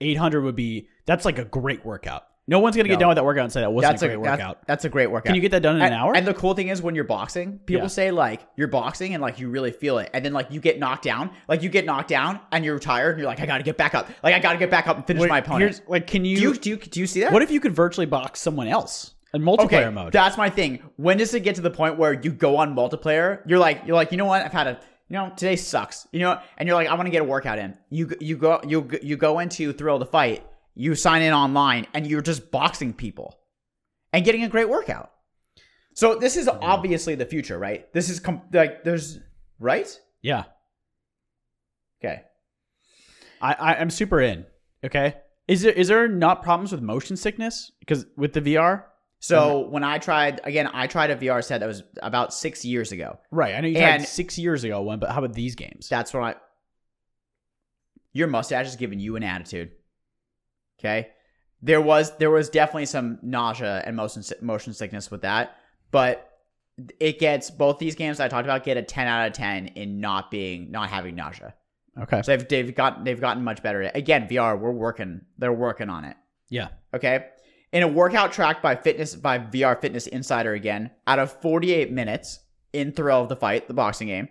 800 would be. That's like a great workout. No one's gonna get No. done with that workout and say that wasn't That's a a, great that's, workout. that's a great workout. Can you get that done in an And- hour? And the cool thing is when you're boxing, people Yeah. say like you're boxing and like you really feel it, and then like you get knocked down, like you get knocked down and you're tired, and you're like I gotta get back up, like I gotta get back up and finish Wait, my opponent. here's- like, can you, Do you do you do you see that? What if you could virtually box someone else in multiplayer okay, mode? that's my thing. When does it get to the point where you go on multiplayer? You're like you're like you know what I've had a you know today sucks you know and you're like I want to get a workout in. You g- you go you g- you go into thrill to fight. You sign in online and you're just boxing people and getting a great workout. So this Mm-hmm. is obviously the future, right? This is com- like there's right. yeah, Okay. I, I I'm super in. Okay, is there is there not problems with motion sickness because with the VR? So Mm-hmm. when I tried again, I tried a VR set that was about six years ago. Right, I know you And- tried six years ago one, but how about these games? That's when I. Your mustache is giving you an attitude. Okay, there was there was definitely some nausea and motion si- motion sickness with that, but it gets both these games I talked about get a ten out of ten in not being not having nausea. okay, So they've they've got they've gotten much better. at it. Again, VR, we're working. They're working on it. yeah, Okay. In a workout tracked by fitness by VR Fitness Insider again, out of 48 minutes in Thrill of the Fight, the boxing game,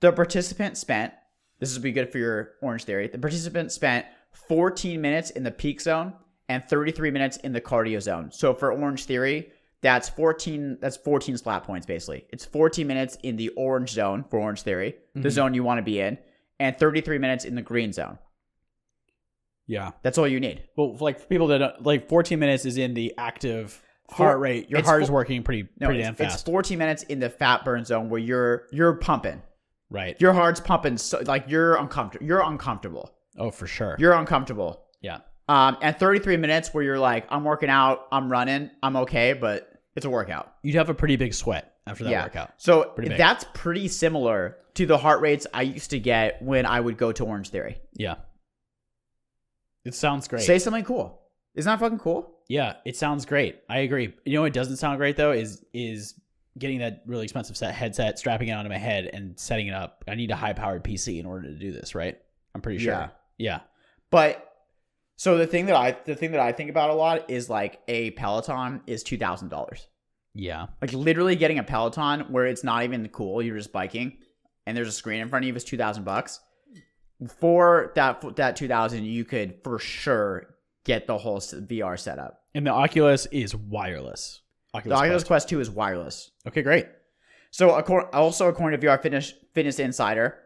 the participant spent this would be good for your orange theory. The participant spent 14 minutes in the peak zone and 33 minutes in the cardio zone. So for orange theory, that's 14 that's 14 slap points basically. It's 14 minutes in the orange zone for orange theory, the Mhm. zone you want to be in, and 33 minutes in the green zone. yeah. That's all you need. Well, like for people that don't, like 14 minutes is in the active Four- heart rate. Your it's heart four- is working pretty No, pretty it's, damn fast, it's 14 minutes in the fat burn zone where you're you're pumping. right? Your heart's pumping so like you're uncomfortable. You're uncomfortable. Oh, for sure. You're uncomfortable. yeah, Um and 33 minutes where you're like I'm working out, I'm running, I'm okay, but it's a workout. you'd have a pretty big sweat after that yeah. workout. So Pretty big. that's pretty similar to the heart rates I used to get when I would go to Orange Theory. Yeah, it sounds great. Say something cool. Isn't that fucking cool? Yeah, it sounds great. I agree. You know what doesn't sound great though is is getting that really expensive set headset, strapping it onto my head, and setting it up. I need a high powered PC in order to do this, right? I'm pretty sure. Yeah. Yeah. But so the thing that I the thing that I think about a lot is like a Peloton is $2,000. Yeah. like literally getting a peloton where it's not even cool you're just biking and there's a screen in front of you is 2000 bucks for that that 2000 you could for sure get the whole s- vr setup And the Oculus is wireless. the Oculus. oculus Quest. quest 2 is wireless Okay, great. so accor- also according to vr fitness, fitness insider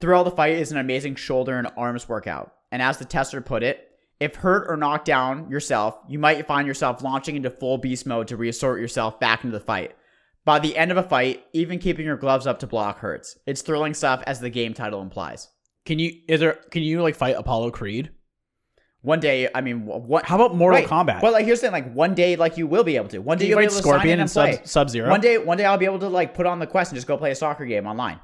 thrill the fight is an amazing shoulder and arms workout and as the tester put it if hurt or knocked down yourself you might find yourself launching into full beast mode to reassert yourself back into the fight By the end of a fight, even keeping your gloves up to block hurts. It's thrilling stuff as the game title implies. Can you is there can you like fight Apollo Creed? One day, I mean, wh- what? How about Mortal Right. Kombat? But like, here's the thing: like, one day, like, you will be able to. One day, Can you'll you be fight able to sign in Scorpion and and play. Sub Sub Zero? One day, one day, I'll be able to like put on the quest and just go play a soccer game online.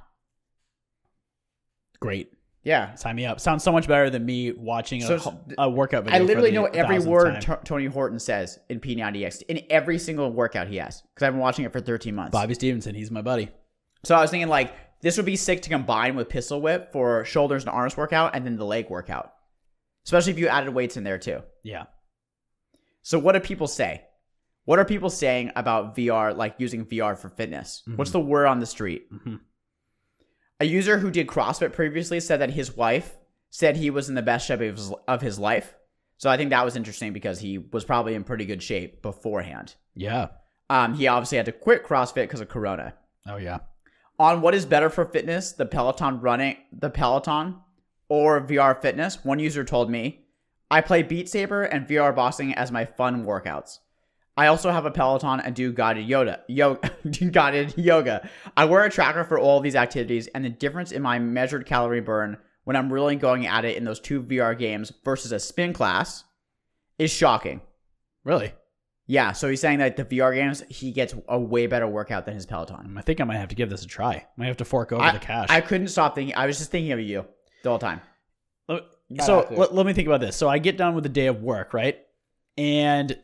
Great. Yeah, Sign me up. Sounds so much better than me watching a, So- a workout video. I for literally the know every thousandth word time. T- Tony Horton says in P90X in every single workout he has because I've been watching it for 13 months. Bobby Stevenson, he's my buddy. So I was thinking like this would be sick to combine with pistol whip for shoulders and arms workout and then the leg workout, especially if you added weights in there too. Yeah. So what do people say? What are people saying about VR, like using VR for fitness? What's the word on the street? Mhm. A user who did CrossFit previously said that his wife said he was in the best shape of his, of his life. So I think that was interesting because he was probably in pretty good shape beforehand. Yeah. Um, he obviously had to quit CrossFit because of Corona. Oh yeah. On what is better for fitness, the Peloton running, the Peloton or VR fitness, one user told me, I play Beat Saber and VR boxing as my fun workouts. I also have a Peloton and do guided yoga. yoga do guided yoga. I wear a tracker for all these activities and the difference in my measured calorie burn when I'm really going at it in those two VR games versus a spin class is shocking. Really? Yeah, so he's saying that the VR games, he gets a way better workout than his Peloton. I think I might have to give this a try. Might have to fork over the cash. I couldn't stop thinking. I was just thinking of you the whole time. Let- Not so accurate. let, let me think about this. So I get done with the day of work, right? And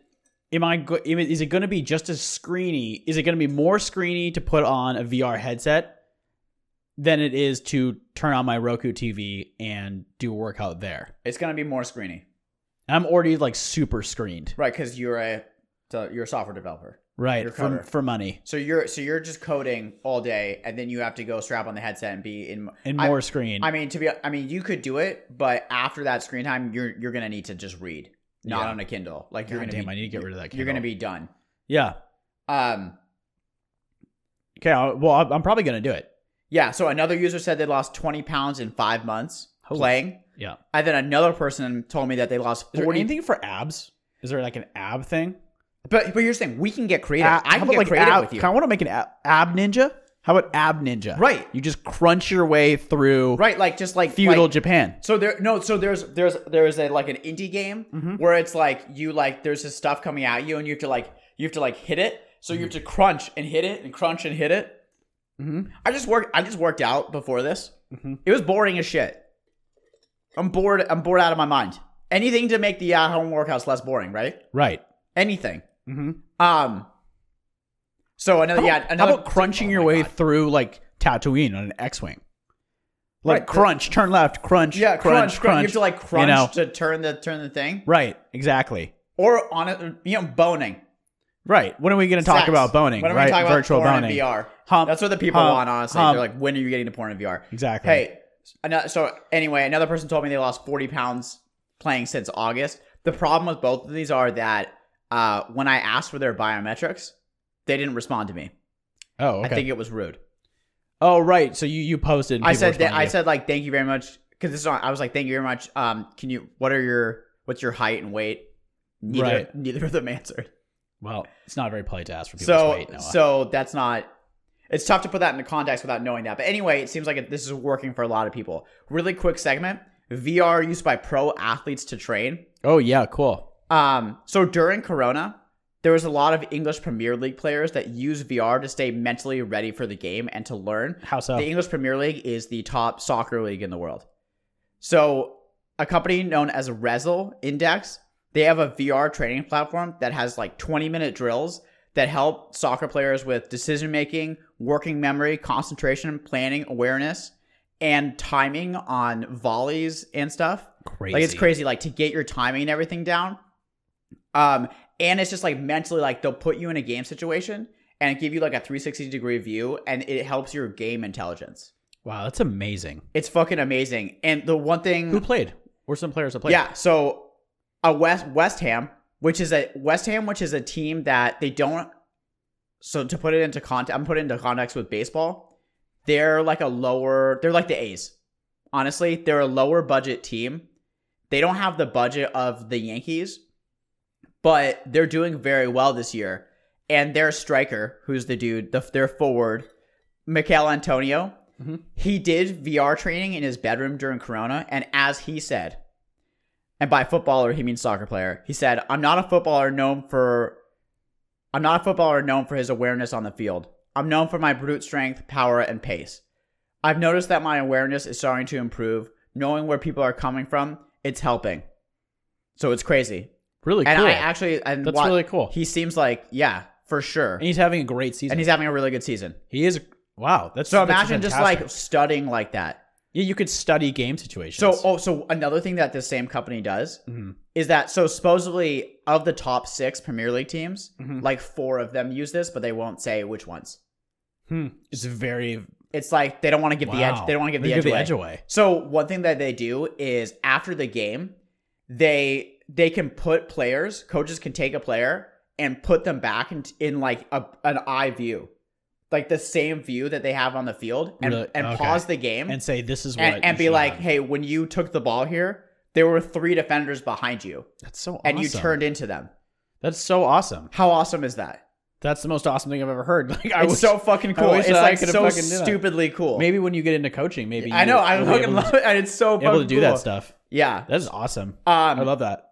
am I go- am it- is it going to be just as screeny? Is it going to be more screeny to put on a VR headset than it is to turn on my Roku TV and do a workout there? It's gonna be more screeny. And And I'm already like super screened, right? Because you're a so you're a software developer, right? You're For, covered. for money so you're so you're just coding all day, and then you have to go strap on the headset and be in. and I- more screen. I mean, to be, I mean, you could do it, but after that screen time, you're you're gonna need to just read, not Yeah. on a Kindle. Like you're God gonna damn, be, I need to get rid of that. You're gonna Kindle. be done. yeah. Um, Okay. I, well, I- I'm probably gonna do it. yeah. So another user said they lost 20 pounds in five months Holy- playing, Yeah. and then another person told me that they lost Is there 40. anything for abs? Is there like an ab thing? But but here's the thing: we can get creative. Ab- I Uh, how can about, get creative ab, with you. I want to make an ab, ab ninja. How about ab ninja? Right. You just crunch your way through right, like just like feudal like- Japan. So there no so there's there's there's a like an indie game Mm-hmm. where it's like you like there's this stuff coming at you and you have to like you have to like hit it. So Mm-hmm. you have to crunch and hit it and crunch and hit it. Mhm. I just worked I just worked out before this. Mm-hmm. It was boring as shit. I'm bored I'm bored out of my mind. Anything to make the at home workouts less boring, right? Right. Anything. Mm-hmm. Um so another How, yeah, about- another how about crunching Oh your my way God. through like Tatooine on an X-wing? Like Right, the- crunch, turn left, crunch, yeah, crunch, crunch, You have to like crunch know. to turn the turn the thing. Right, exactly. Or on it you know, boning. Right. When are we going to talk Sex. about boning? When are we right, talking about virtual porn and boning. VR? Hump, That's what the people hump, want, honestly. hump. They're like, when are you getting to porn and VR? Exactly. Hey, ano- so anyway, another person told me they lost 40 pounds playing since August. The problem with both of these are that uh, when I asked for their biometrics, they didn't respond to me. Oh, okay. I think it was rude. oh, right. So you you posted. and I people said, that, responded to I you. said like, thank you very much. Because this is on, I was like, thank you very much. Um, can you? What are your? What's your height and weight? Neither, Right. neither of them answered. Well, it's not very polite to ask for people's so weight, Noah. so that's not it's tough to put that into context without knowing that but anyway it seems like it, this is working for a lot of people really quick segment vr used by pro athletes to train oh yeah, cool. um, so during corona there was a lot of english premier league players that use vr to stay mentally ready for the game and to learn How so? the english premier league is the top soccer league in the world so a company known as Rezel Index, they have a VR training platform that has like 20 minute drills that help soccer players with decision making, working memory, concentration, planning, awareness, and timing on volleys and stuff. crazy. Like it's crazy, like to get your timing and everything down. Um, and it's just like mentally, like they'll put you in a game situation and give you like a 360 degree view, and it helps your game intelligence. Wow, that's amazing. It's fucking amazing. And the one thing Who played? Or some players that played? yeah, so a West West Ham, which is a West Ham, which is a team that they don't. So to put it into context, I'm putting it into context with baseball. They're like a lower. They're like the A's. Honestly, they're a lower budget team. They don't have the budget of the Yankees, but they're doing very well this year. And their striker, who's the dude, the, their forward, Michael Antonio, Mhm. he did VR training in his bedroom during Corona. And as he said, and by footballer he means soccer player. He said, "I'm not a footballer known for I'm not a footballer known for his awareness on the field. I'm known for my brute strength, power, and pace. I've noticed that my awareness is starting to improve. Knowing where people are coming from, it's helping. So it's crazy. Really and cool. I actually and that's wa- really cool. he seems like yeah, for sure. and he's having a great season. And he's having a really good season. he is. Wow, that's So that's imagine just fantastic. like studying like that. yeah, you could study game situations. So oh, so another thing that this same company does Mhm. is that so supposedly of the top six Premier League teams, Mhm. like four of them use this, but they won't say which ones. Hmm. it's very It's like they don't want to give the wow. edge. They don't want to give They the edge, away. away. So one thing that they do is after the game, they they can put players, coaches can take a player and put them back in, in like a, an eye view, like the same view that they have on the field, and Really? and Okay. pause the game and say this is what and, and you be should like, have. hey, when you took the ball here, there were three defenders behind you, that's so awesome. and you turned into them. That's so awesome. How awesome is that? That's the most awesome thing I've ever heard. Like I it's was so fucking cool. wish It's that I like could've so fucking done that. stupidly cool. maybe when you get into coaching, maybe I know. you'll- I you'll be fucking able love it, and it's so to, able to fucking do cool. that stuff. Yeah. That is awesome. I Um, love that.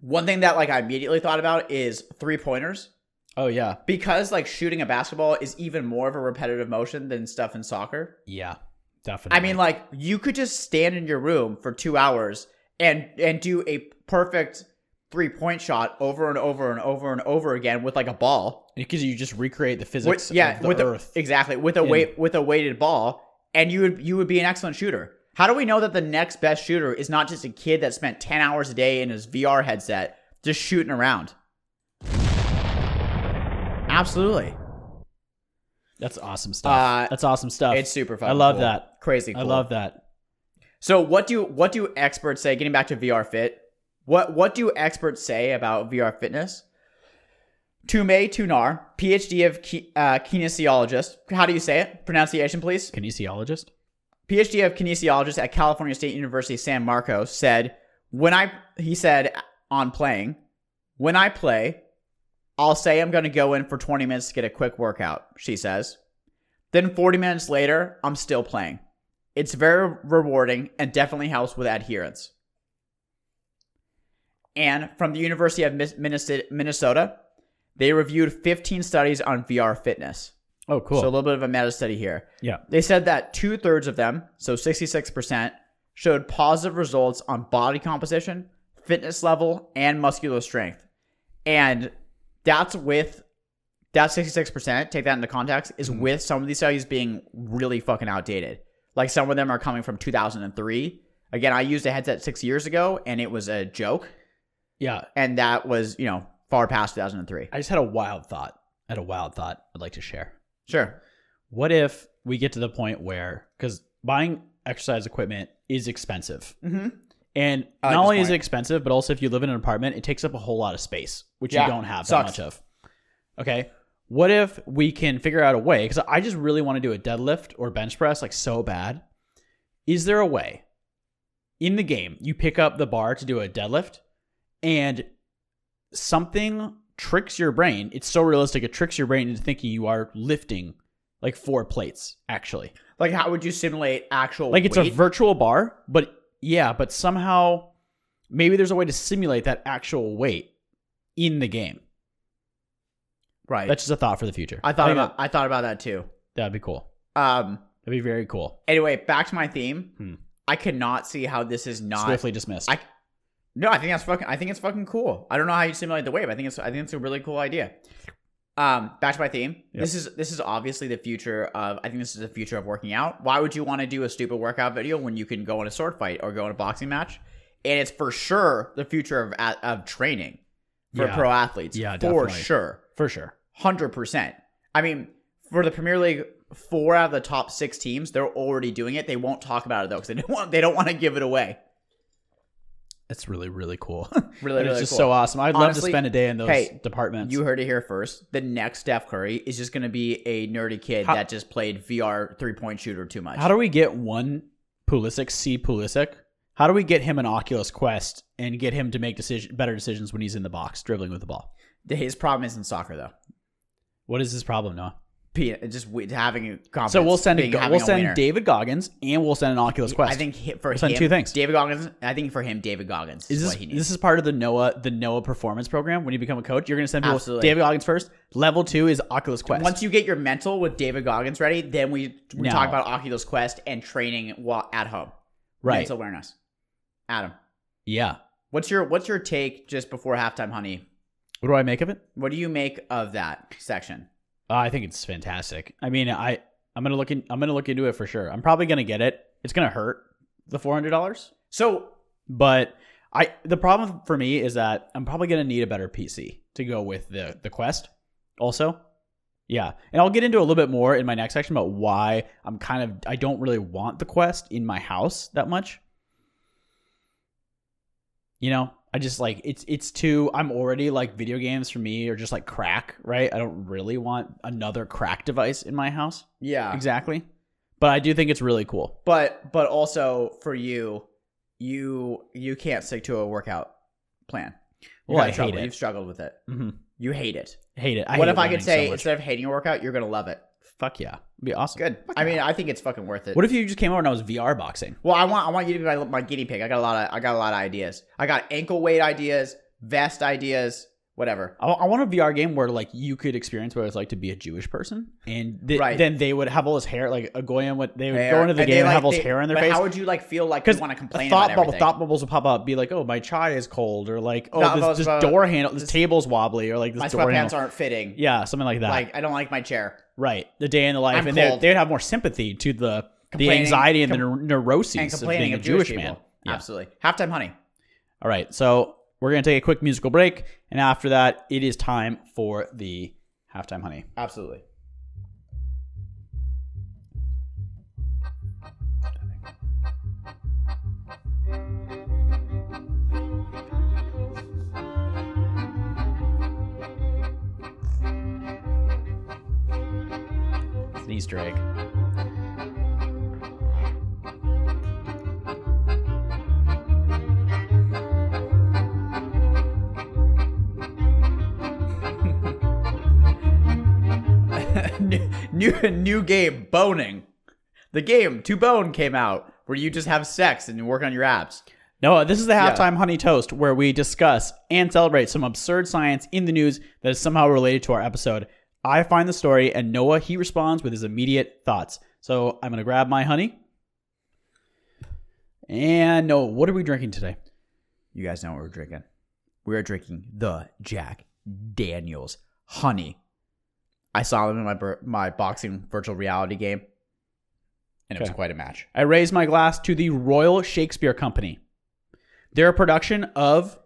one thing that like I immediately thought about is three pointers Oh yeah, because like shooting a basketball is even more of a repetitive motion than stuff in soccer. yeah, definitely. I mean, like you could just stand in your room for two hours and and do a perfect three point shot over and over and over and over again with like a ball. because you just recreate the With- physics. yeah, of the with earth. A, exactly with a in- weight with a weighted ball, and you would you would be an excellent shooter. How do we know that the next best shooter is not just a kid that spent 10 hours a day in his VR headset just shooting around? Absolutely. That's awesome stuff. Uh, That's awesome stuff. It's super fun. I love that. Crazy I cool. love that. So what do what do experts say getting back to VR fit? What what do experts say about VR fitness? Tume Tunar, PhD of ki- uh, kinesiologist. How do you say it? Pronunciation, please. Kinesiologist. PhD of kinesiologist at California State University San Marcos said, "When I," he said on playing, "When I play, I'll say I'm going to go in for 20 minutes to get a quick workout." She says. Then 40 minutes later, I'm still playing. It's very rewarding and definitely helps with adherence. And from the University of Mis- Minnesota, Minnesota, they reviewed 15 studies on VR fitness. Oh, cool. So a little bit of a meta study here. yeah. They said that two thirds of them, so 66%, showed positive results on body composition, fitness level, and muscular strength. And that's with that 66%, take that into context, is Mm-hmm. with some of these studies being really fucking outdated. Like some of them are coming from 2003. Again, I used a headset six years ago and it was a joke. Yeah. And that was, you know, far past 2003. I just had a wild thought. I had a wild thought I'd like to share. Sure. What if we get to the point where, because buying exercise equipment is expensive. Mm-hmm. And I like not this only is point. it expensive, but also if you live in an apartment, it takes up a whole lot of space, which Yeah, you don't have sucks. that much of. Okay. What if we can figure out a way? Because I just really want to do a deadlift or bench press like so bad. Is there a way in the game you pick up the bar to do a deadlift and something tricks your brain? It's so realistic, it tricks your brain into thinking you are lifting like four plates, actually Like, how would you simulate actual like it's weight? a virtual bar but yeah but somehow maybe there's a way to simulate that actual weight in the game right. that's just a thought for the future I thought think about I thought about that too. that, would be cool Um. that'd be very cool Anyway, back to my theme. Hmm. I cannot see how this is not. swiftly dismissed I no, I think that's fucking. I think it's fucking cool. I don't know how you simulate the wave. I think it's. I think it's a really cool idea. Um, back to my theme. Yeah. This is this is obviously the future of. I think this is the future of working out. Why would you want to do a stupid workout video when you can go in a sword fight or go in a boxing match? And it's for sure the future of at- of training for Yeah. pro athletes. Yeah, for definitely. sure for sure hundred percent. I mean, for the Premier League, four out of the top six teams, they're already doing it. They won't talk about it though, because they don't want they don't want to give it away. it's really really cool Really, really And it's just cool. so awesome i'd love to Honestly, spend a day in those hey, departments you heard it here first. The next Steph Curry is just going to be a nerdy kid How- that just played VR three point shooter too much. how do we get one pulisic c pulisic how do we get him an oculus quest and get him to make decision better decisions when he's in the box dribbling with the ball His problem isn't soccer though. what is his problem noah P- just we- having confidence. so we'll send a, being- go- having we'll a send winner. david goggins and we'll send an oculus quest I think hi- for We'll send him, two things. David Goggins. I think for him, David Goggins is, Is this what he needs. this is part of the Noah the Noah performance program? When you become a coach, you're going to send people Absolutely. David Goggins first. Level two is Oculus Quest. Once you get your mental with David Goggins ready, then we, we No. talk about Oculus Quest and training while at home. right? Mental awareness. Adam, yeah. what's your what's your take just before halftime, honey? What do I make of it? What do you make of that section? Uh, I think it's fantastic. I mean, I I'm gonna look in, I'm gonna look into it for sure. I'm probably gonna get it. It's gonna hurt the four hundred dollars, So but I the problem for me is that I'm probably gonna need a better PC to go with the the Quest. Also, yeah, and I'll get into a little bit more in my next section about why I'm kind of I don't really want the Quest in my house that much. You know, I just like it's it's too I'm already like video games for me or just like crack, right? I don't really want another crack device in my house. yeah, Exactly. But I do think it's really cool. but but also for you, you you can't stick to a workout plan. You Well, gotta I hate struggle. it. You've struggled with it. hmm You hate it. Hate it. I what hate if I running could say so much. instead of hating a workout, you're gonna love it? fuck yeah. It'd be awesome. Good. I mean, I think it's fucking worth it. What if you just came over and I was VR boxing? Well, I want I want you to be my, my guinea pig. I got a lot of I got a lot of ideas. I got ankle weight ideas, vest ideas, whatever. I, I want a VR game where like you could experience what it's like to be a Jewish person, and th- Right. then they would have all this hair, like a goyim would they would Hair. go into the And game they, and like, have all this they- hair on their but face. How would you like feel like you want to a complain thought about bubble, everything? thought bubbles would pop up, be like, "Oh, my chai is cold," or like, "Oh, Thought bubbles this, about- this door handle, this, table's wobbly," or like, "This my door sweatpants handle." aren't fitting. yeah, something like that. Like I don't like my chair. right, the day in the life, I'm and they- cold. they'd have more sympathy to the the Complaining- anxiety and com- the neur- neuroses and of complaining being of a Jewish, people. man. Yeah. Absolutely. Halftime honey. All right, so we're gonna take a quick musical break, and after that, it is time for the halftime honey. Absolutely. It's an Easter egg. new, new new game, boning. The game to bone came out where you just have sex and you work on your abs. No, this is the Yeah. halftime honey toast where we discuss and celebrate some absurd science in the news that is somehow related to our episode. I find the story, and Noah he responds with his immediate thoughts. So I'm gonna grab my honey. And Noah, what are we drinking today? You guys know what we're drinking. We are drinking the Jack Daniels honey. I saw them in my bur- my boxing virtual reality game, and it was Okay. quite a match. I raise my glass to the Royal Shakespeare Company. Their production of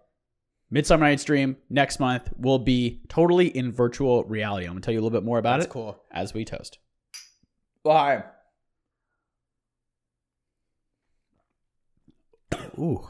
Midsummer Night's Dream next month will be totally in virtual reality. I'm gonna tell you a little bit more about That's it cool. as we toast. Why? Ooh.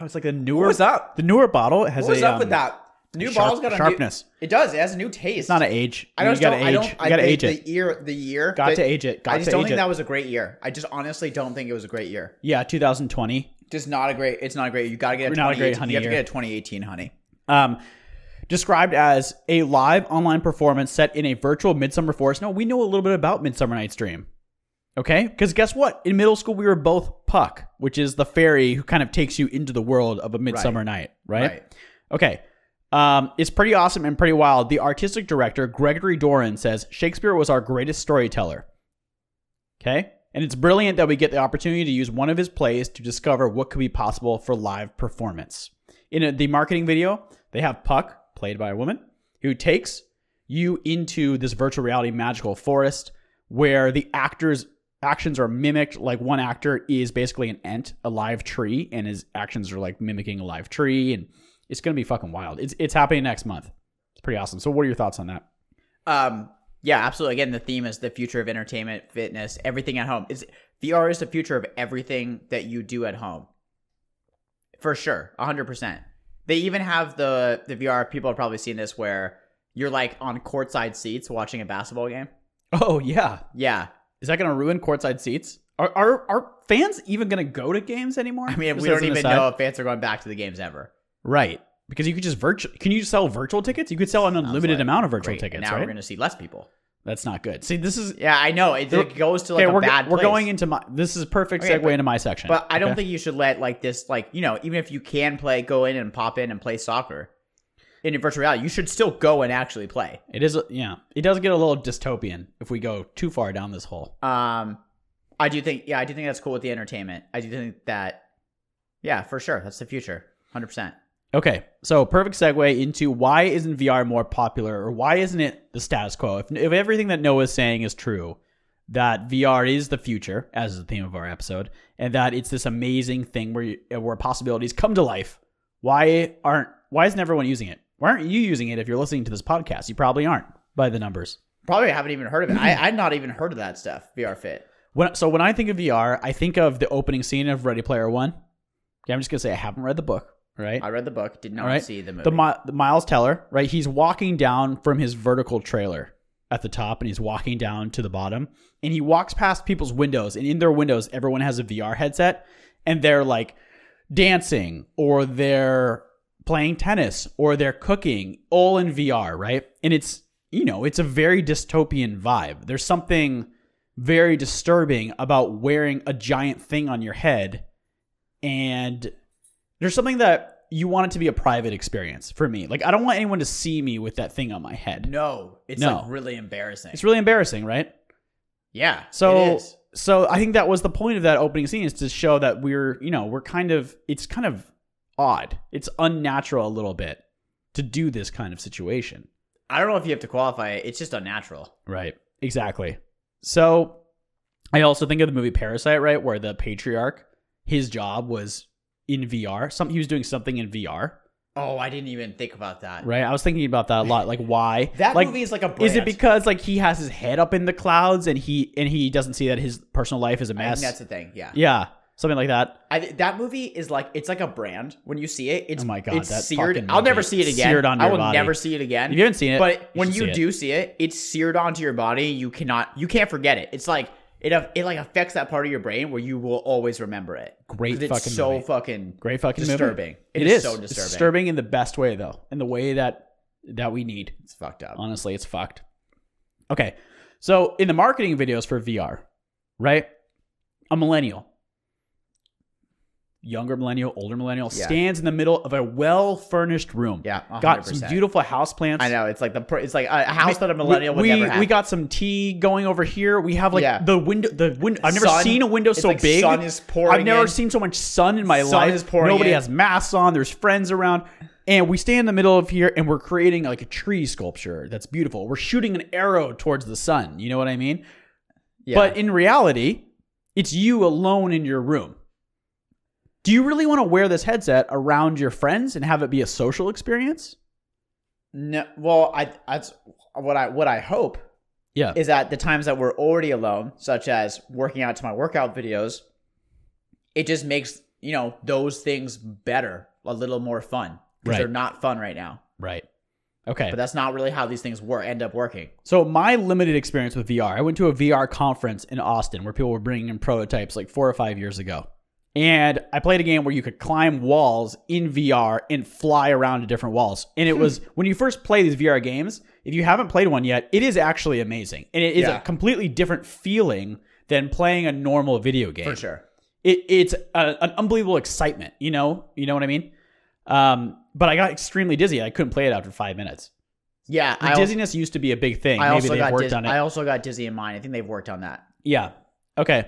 Oh, it's like a newer What was up? The newer bottle has What was a, up um, with that? The new sharp- bottle's got a sharpness. New, it does. It has a new taste. It's not an age. I just you gotta don't. I age. don't. I you gotta think age it. The year. The year. Got but to age it. Got I just to don't age think it. that was a great year. I just honestly don't think it was a great year. yeah, 2020. Just not a great. It's not a great. You got to get a Not a great 2018 honey You have to year. get a 2018 honey. Um, described as a live online performance set in a virtual Midsummer Forest. No, we know a little bit about Midsummer Night's Dream. Okay, because guess what? In middle school, we were both Puck, which is the fairy who kind of takes you into the world of a Midsummer Night, right? Right. Okay. Um, it's pretty awesome and pretty wild. The artistic director, Gregory Doran, says Shakespeare was our greatest storyteller. Okay? And it's brilliant that we get the opportunity to use one of his plays to discover what could be possible for live performance. In a, the marketing video, they have Puck, played by a woman, who takes you into this virtual reality magical forest where the actors actions are mimicked like one actor is basically an ant a live tree and his actions are like mimicking a live tree and it's gonna be fucking wild it's, it's happening next month it's pretty awesome so what are your thoughts on that Um. Yeah. Absolutely. Again, the theme is the future of entertainment, fitness, everything at home. It's VR is the future of everything that you do at home. For sure, hundred percent. They even have the the VR. People have probably seen this where you're like on courtside seats watching a basketball game. oh yeah Yeah. is that gonna ruin courtside seats are are, are fans even gonna go to games anymore I mean, Just we as don't an even aside. know if fans are going back to the games ever. right because you could just virtual can you sell virtual tickets you could sell an I was unlimited like, amount of virtual great, tickets Now right we're going to see less people. that's not good see this is Yeah, I know. It, it goes to like okay a we're, bad. we're place. going into my this is a perfect Okay, segue but- into my section But I don't okay? think you should let like this like you know even if you can play, go in and pop in and play soccer in virtual reality, you should still go and actually play. It is, yeah. It does get a little dystopian if we go too far down this hole. Um, I do think yeah, I do think that's cool with the entertainment. I do think that yeah, for sure, that's the future, hundred percent. Okay, so perfect segue into why isn't VR more popular, or why isn't it the status quo? If, if everything that Noah is saying is true, that VR is the future, as is the theme of our episode, and that it's this amazing thing where you, where possibilities come to life. Why aren't why isn't everyone using it? Why aren't you using it if you're listening to this podcast? You probably aren't by the numbers. Probably haven't even heard of it. I I'd not even heard of that stuff. VR Fit. When, so when I think of VR, I think of the opening scene of Ready Player One. Okay, I'm just gonna say I haven't read the book, right? I read the book, did not All right. see the movie. The, Mi- the Miles Teller, right? He's walking down from his vertical trailer at the top, and he's walking down to the bottom, and he walks past people's windows, and in their windows, everyone has a VR headset, and they're like dancing or they're playing tennis or they're cooking, all in VR, right? And it's you know, it's a very dystopian vibe. There's something very disturbing about wearing a giant thing on your head and there's something that you want it to be a private experience for me. Like I don't want anyone to see me with that thing on my head. no, it's No. like really embarrassing. It's really embarrassing, right? yeah, it So is. so I think that was the point of that opening scene is to show that we're, you know, we're kind of it's kind of odd. It's unnatural a little bit to do this kind of situation. I don't know if you have to qualify it. It's just unnatural. Right. Exactly. So I also think of the movie Parasite, right, where the patriarch, his job was in VR. Some he was doing something in VR, Oh, I didn't even think about that. right? I was thinking about that a lot, like why That like, movie is like a brand. Is it because like he has his head up in the clouds and he and he doesn't see that his personal life is a I think mess? that's the thing. Yeah. yeah, something like that. I, th- that movie is like it's like a brand. When you see it, it's Oh my God, it's that seared. fucking I'll never movie. see it again. Seared onto I your will body. never see it again. If you haven't seen it, but you when should you see it. do see it, it's seared onto your body. You cannot, you can't forget it. It's like it, af- it like affects that part of your brain where you will always remember it. 'Cause Great it's fucking so movie. fucking great fucking movie. disturbing. It is so It's disturbing. disturbing in the best way though, in the way that that we need. It's fucked up. Honestly, it's fucked. Okay. So in the marketing videos for VR, right? A millennial, younger millennial, older millennial, Yeah. stands in the middle of a well furnished room. Yeah, 100%. Got some beautiful house plants. I know it's like the pr- it's like a a house that a millennial we, would never have. We got some tea going over here. We have like Yeah. the window. The window. I've never Sun- seen a window it's so like big. sun is pouring I've never in. seen so much sun in my Sun life. is pouring Nobody in. has masks on. There's friends around, and we stay in the middle of here, and we're creating like a tree sculpture that's beautiful. We're shooting an arrow towards the sun. You know what I mean? yeah. But in reality, it's you alone in your room. Do you really want to wear this headset around your friends and have it be a social experience? no, well, I that's what I what I hope Yeah. is that the times that we're already alone, such as working out to my workout videos, it just makes you know those things better, a little more fun because Right. they're not fun right now. Right. Okay. But that's not really how these things work end up working. So my limited experience with VR, I went to a VR conference in Austin where people were bringing in prototypes like four or five years ago. And I played a game where you could climb walls in VR and fly around to different walls. And it Hmm. was when you first play these VR games, if you haven't played one yet, it is actually amazing. And it is Yeah. a completely different feeling than playing a normal video game For sure. it, it's a, an unbelievable excitement. You know, you know what I mean. Um, but I got extremely dizzy. I couldn't play it after five minutes. Yeah, The I, al- dizziness used to be a big thing. I Maybe also they've got worked diz- on it. I also got dizzy in mine. I think they've worked on that. yeah. Okay.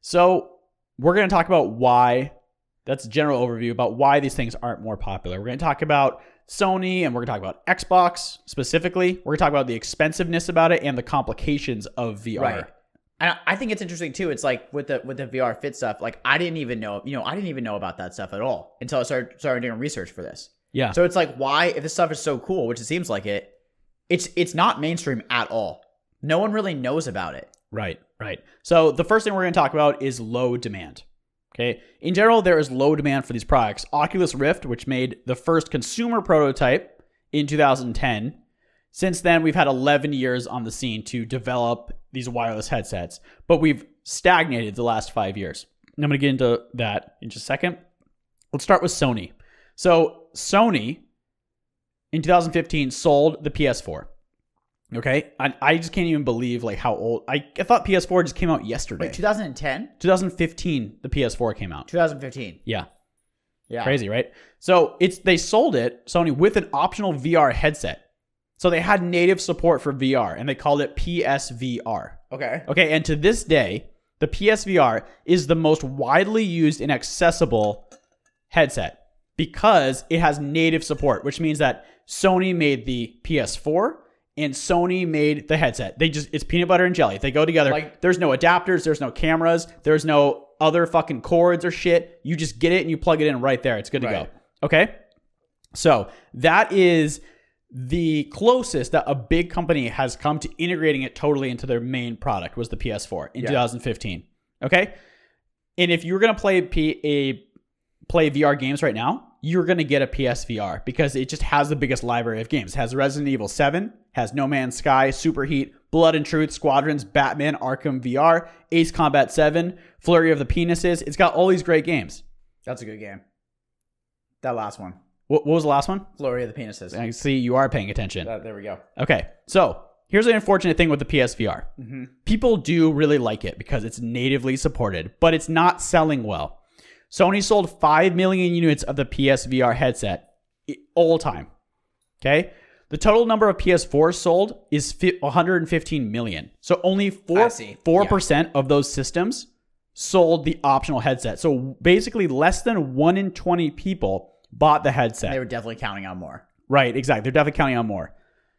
So we're going to talk about why. That's a general overview about why these things aren't more popular. We're going to talk about Sony and we're going to talk about Xbox specifically. We're going to talk about the expensiveness about it and the complications of VR. Right. And I- I think it's interesting too. It's like with the with the VR fit stuff. Like I didn't even know, you know, I didn't even know about that stuff at all until I started started doing research for this. Yeah. So it's like, why if this stuff is so cool, which it seems like it, it's it's not mainstream at all. No one really knows about it. Right, right. So the first thing we're going to talk about is low demand. Okay. In general, there is low demand for these products. Oculus Rift, which made the first consumer prototype in 2010, since then we've had 11 years on the scene to develop these wireless headsets, but we've stagnated the last five years. And I'm going to get into that in just a second. Let's start with Sony. So Sony in 2015 sold the PS4. Okay, I, I just can't even believe like how old. I, I thought PS4 just came out yesterday. Wait, 2010, 2015, the PS4 came out. 2015. Yeah, Yeah. crazy, right? So it's they sold it Sony with an optional VR headset. So they had native support for VR, and they called it PSVR. Okay. Okay, and to this day, the PSVR is the most widely used and accessible headset because it has native support, which means that Sony made the PS4 and Sony made the headset. They just it's peanut butter and jelly. They go together. Like- there's no adapters, there's no cameras, there's no other fucking cords or shit. You just get it and you plug it in right there. It's good to Right. go. Okay? So, that is the closest that a big company has come to integrating it totally into their main product was the PS4 in Yeah. 2015. Okay, and if you're gonna play P- a play VR games right now, you're gonna get a PSVR because it just has the biggest library of games. It has Resident Evil 7, has No Man's Sky, Superheat, Blood and Truth, Squadrons, Batman, Arkham VR, Ace Combat 7, Flurry of the Penises. It's got all these great games. That's a good game. That last one, What, what was the last one? Glory of the Penises. I see you are paying attention. That- there we go. Okay, so here's an unfortunate thing with the PSVR. Mm-hmm. People do really like it because it's natively supported, but it's not selling well. Sony sold 5 million units of the PSVR headset i- all time. Okay? The total number of PS4s sold is fi- 115 million. So only 4, I see. 4% of those systems sold the optional headset. So basically less than 1 in 20 people bought the headset. They were definitely counting on more. Right, exactly. They're definitely counting on more.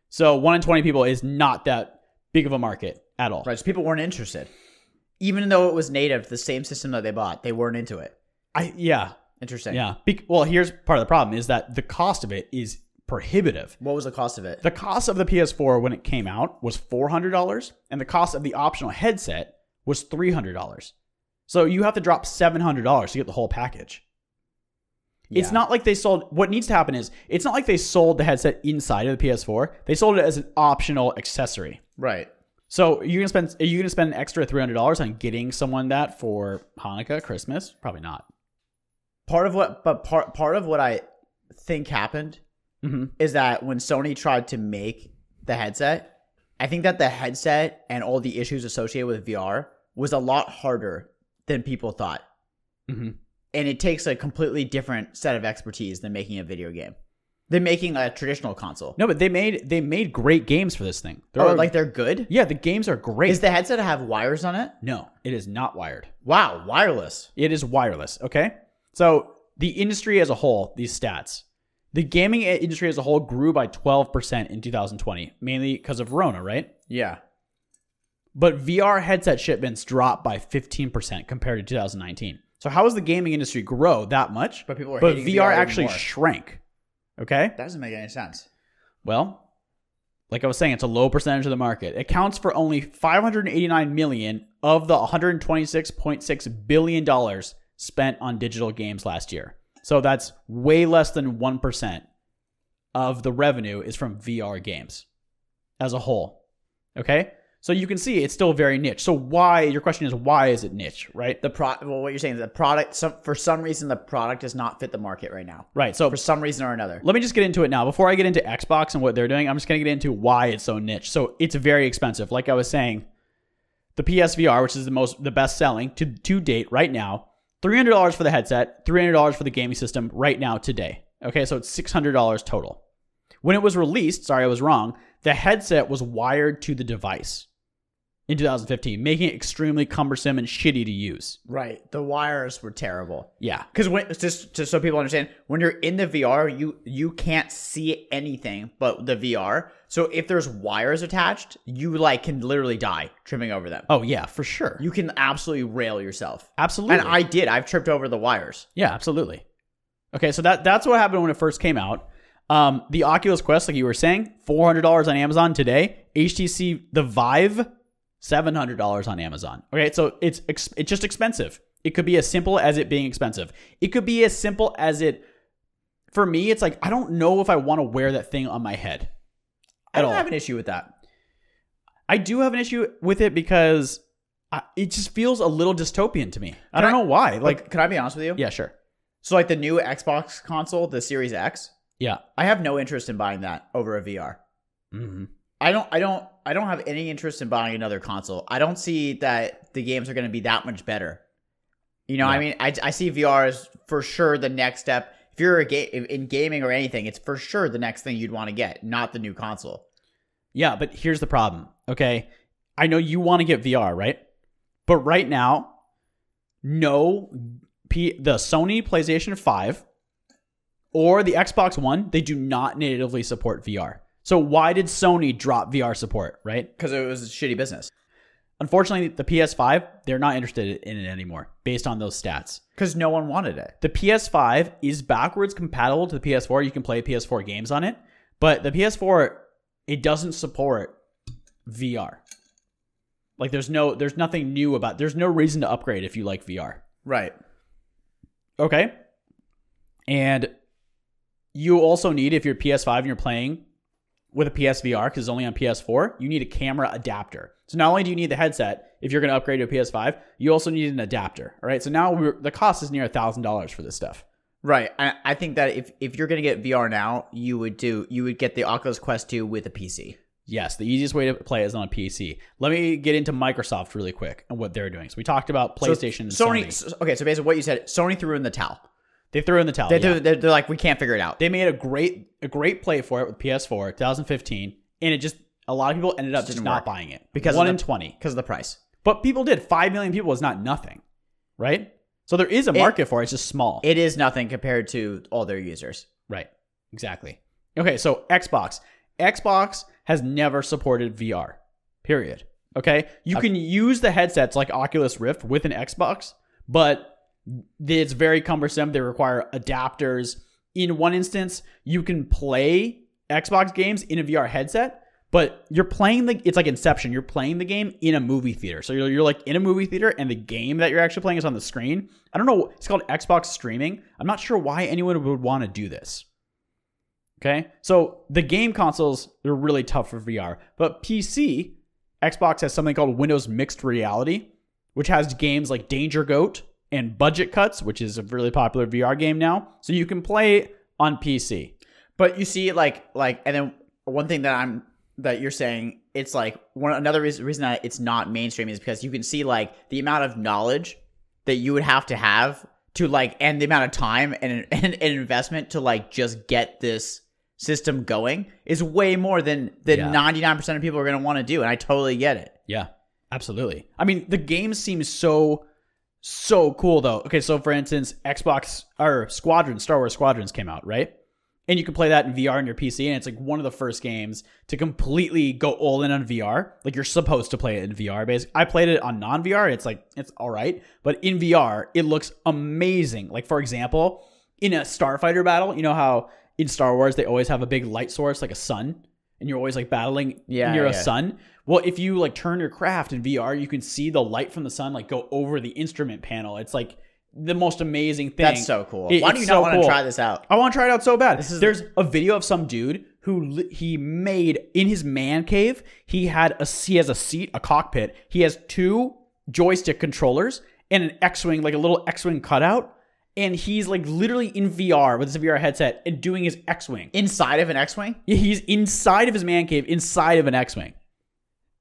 So one in twenty people is not that big of a market at all. Right. So people weren't interested. even though it was native to the same system that they bought, they weren't into it. I yeah Interesting. yeah. Bec- well, here's part of the problem is that the cost of it is prohibitive. What was the cost of it? The cost of the PS4 when it came out was four hundred dollars, and the cost of the optional headset was three hundred dollars. So you have to drop seven hundred dollars to get the whole package. It's Yeah. not like they sold. What needs to happen is it's not like they sold the headset inside of the PS4. They sold it as an optional accessory. right. So you're gonna spend are you gonna spend an extra three hundred dollars on getting someone that for Hanukkah, Christmas? Probably not. Part of what, but part part of what I think happened Mm-hmm. is that when Sony tried to make the headset, I think that the headset and all the issues associated with VR was a lot harder than people thought. Mm-hmm. And it takes a completely different set of expertise than making a video game, than making a traditional console. No, but they made they made great games for this thing. There oh, are- like they're good? yeah, the games are great. Is the headset have wires on it? no, it is not wired. Wow, wireless. It is wireless. Okay, so the industry as a whole, these stats, the gaming industry as a whole grew by twelve percent in 2020, mainly because of Rona, right? Yeah. But VR headset shipments dropped by 15% compared to 2019. So how does the gaming industry grow that much? But people are But hating VR even actually more. shrank. Okay? That doesn't make any sense. Well, like I was saying, it's a low percentage of the market. It accounts for only 589 million of the 126.6 billion dollars spent on digital games last year. So that's way less than 1% of the revenue is from VR games as a whole. Okay? So you can see it's still very niche. So why your question is why is it niche, right? The pro well, what you're saying is the product some for some reason the product does not fit the market right now. Right. So For some reason or another. Let me just get into it now. Before I get into Xbox and what they're doing, I'm just going to get into why it's so niche. So it's very expensive. Like I was saying, the PSVR, which is the most the best selling to to date right now, three hundred dollars for the headset, three hundred dollars for the gaming system right now today. Okay, so it's six hundred dollars total. When it was released, sorry, I was wrong. The headset was wired to the device in 2015, making it extremely cumbersome and shitty to use. Right. The wires were terrible. Yeah, Because when just, just so people understand, when you're in the VR, you you can't see anything but the VR. So if there's wires attached, you like can literally die tripping over them. Oh yeah, for sure. You can absolutely rail yourself. absolutely. And I did. I've tripped over the wires. Yeah, absolutely. Okay, so that that's what happened when it first came out. Um, the Oculus Quest, like you were saying, four hundred dollars on Amazon today. HTC the Vive, seven hundred dollars on Amazon. Okay, so it's ex- it's just expensive. It could be as simple as it being expensive. It could be as simple as it. For me, it's like I don't know if I want to wear that thing on my head. I At don't all. have an issue with that. I do have an issue with it because I, it just feels a little dystopian to me. I Can don't I- know why. Like, Like, can I be honest with you? yeah, sure, So like the new Xbox console, the Series X, yeah, I have no interest in buying that over a VR. mm-hmm. I don't I don't I don't have any interest in buying another console. I don't see that the games are going to be that much better. You know, I Yeah. mean, I, I see VR as for sure the next step. If you're a ga- in gaming or anything, it's for sure the next thing you'd want to get, not the new console. Yeah, but here's the problem. Okay. I know you want to get VR, right? But right now, no P- the Sony PlayStation 5 or the Xbox One, they do not natively support VR. So why did Sony drop VR support, right? Because it was a shitty business. Unfortunately, the PS5, they're not interested in it anymore based on those stats. Because no one wanted it. The PS5 is backwards compatible to the PS4. You can play PS4 games on it, but the PS4 it doesn't support VR. Like there's no there's nothing new about. There's no reason to upgrade if you like VR. Right. Okay? And you also need if you're PS5 and you're playing with a PSVR because it's only on PS4, you need a camera adapter. So not only do you need the headset if you're going to upgrade to a PS5, you also need an adapter. All right, so now we're, the cost is near thousand dollars for this stuff. Right. I, I think that if, if you're going to get VR now, you would do you would get the Oculus Quest 2 with a PC. Yes, the easiest way to play is on a PC. Let me get into Microsoft really quick and what they're doing. So we talked about So PlayStation Sony, and Sony. s- Okay, so basically what you said, Sony threw in the towel. They threw in the towel. They, yeah. threw- they're, they're like, we can't figure it out. They made a great a great play for it with PS4 2015, and it just a lot of people ended up just Didn't not work. buying it Because of one the- in twenty. Because of the price. But people did. Five million people is not nothing, right? So there is a market for it. It's just small. It is nothing compared to all their users. Right. Exactly. Okay, so Xbox. Xbox has never supported VR. Period. Okay, you can use the headsets like Oculus Rift with an Xbox, but it's very cumbersome. They require adapters. In one instance, you can play Xbox games in a VR headset, but you're playing the it's like Inception. You're playing the game in a movie theater. So you're, you're like in a movie theater, and the game that you're actually playing is on the screen. I don't know. It's called Xbox streaming. I'm not sure why anyone would want to do this. Okay, so the game consoles are really tough for VR, but PC, Xbox has something called Windows Mixed Reality, which has games like Danger Goat and Budget Cuts, which is a really popular VR game now. So you can play it on PC. But you see, like, like, and then one thing that I'm that you're saying, it's like one another reason, reason that it's not mainstream is because you can see like the amount of knowledge that you would have to have to like, and the amount of time and and, and investment to like just get this system going is way more than than Yeah. 99% of people are going to want to do and I totally get it. Yeah, absolutely. I mean, the game seems so so cool though. Okay, so for instance, Xbox or Squadrons, Star Wars Squadrons came out, right? And you can play that in VR on your PC, and it's like one of the first games to completely go all in on VR. Like you're supposed to play it in VR. Basically, I played it on non-VR. It's like it's all right, but in VR, it looks amazing. Like for example, in a starfighter battle, you know how in Star Wars they always have a big light source like a sun, and you're always like battling Yeah, near a yeah. sun. Well, if you like turn your craft in VR, you can see the light from the sun like go over the instrument panel. It's like the most amazing thing. That's so cool. It- Why do it's you so not want to cool. try this out? I want to try it out so bad. This is- There's a video of some dude who li- he made in his man cave. He had a he has a seat, a cockpit. He has two joystick controllers and an X-wing, like a little X-wing cutout. And he's like literally in VR with his VR headset and doing his X-wing. Inside of an X-wing? He's inside of his man cave, inside of an X-wing.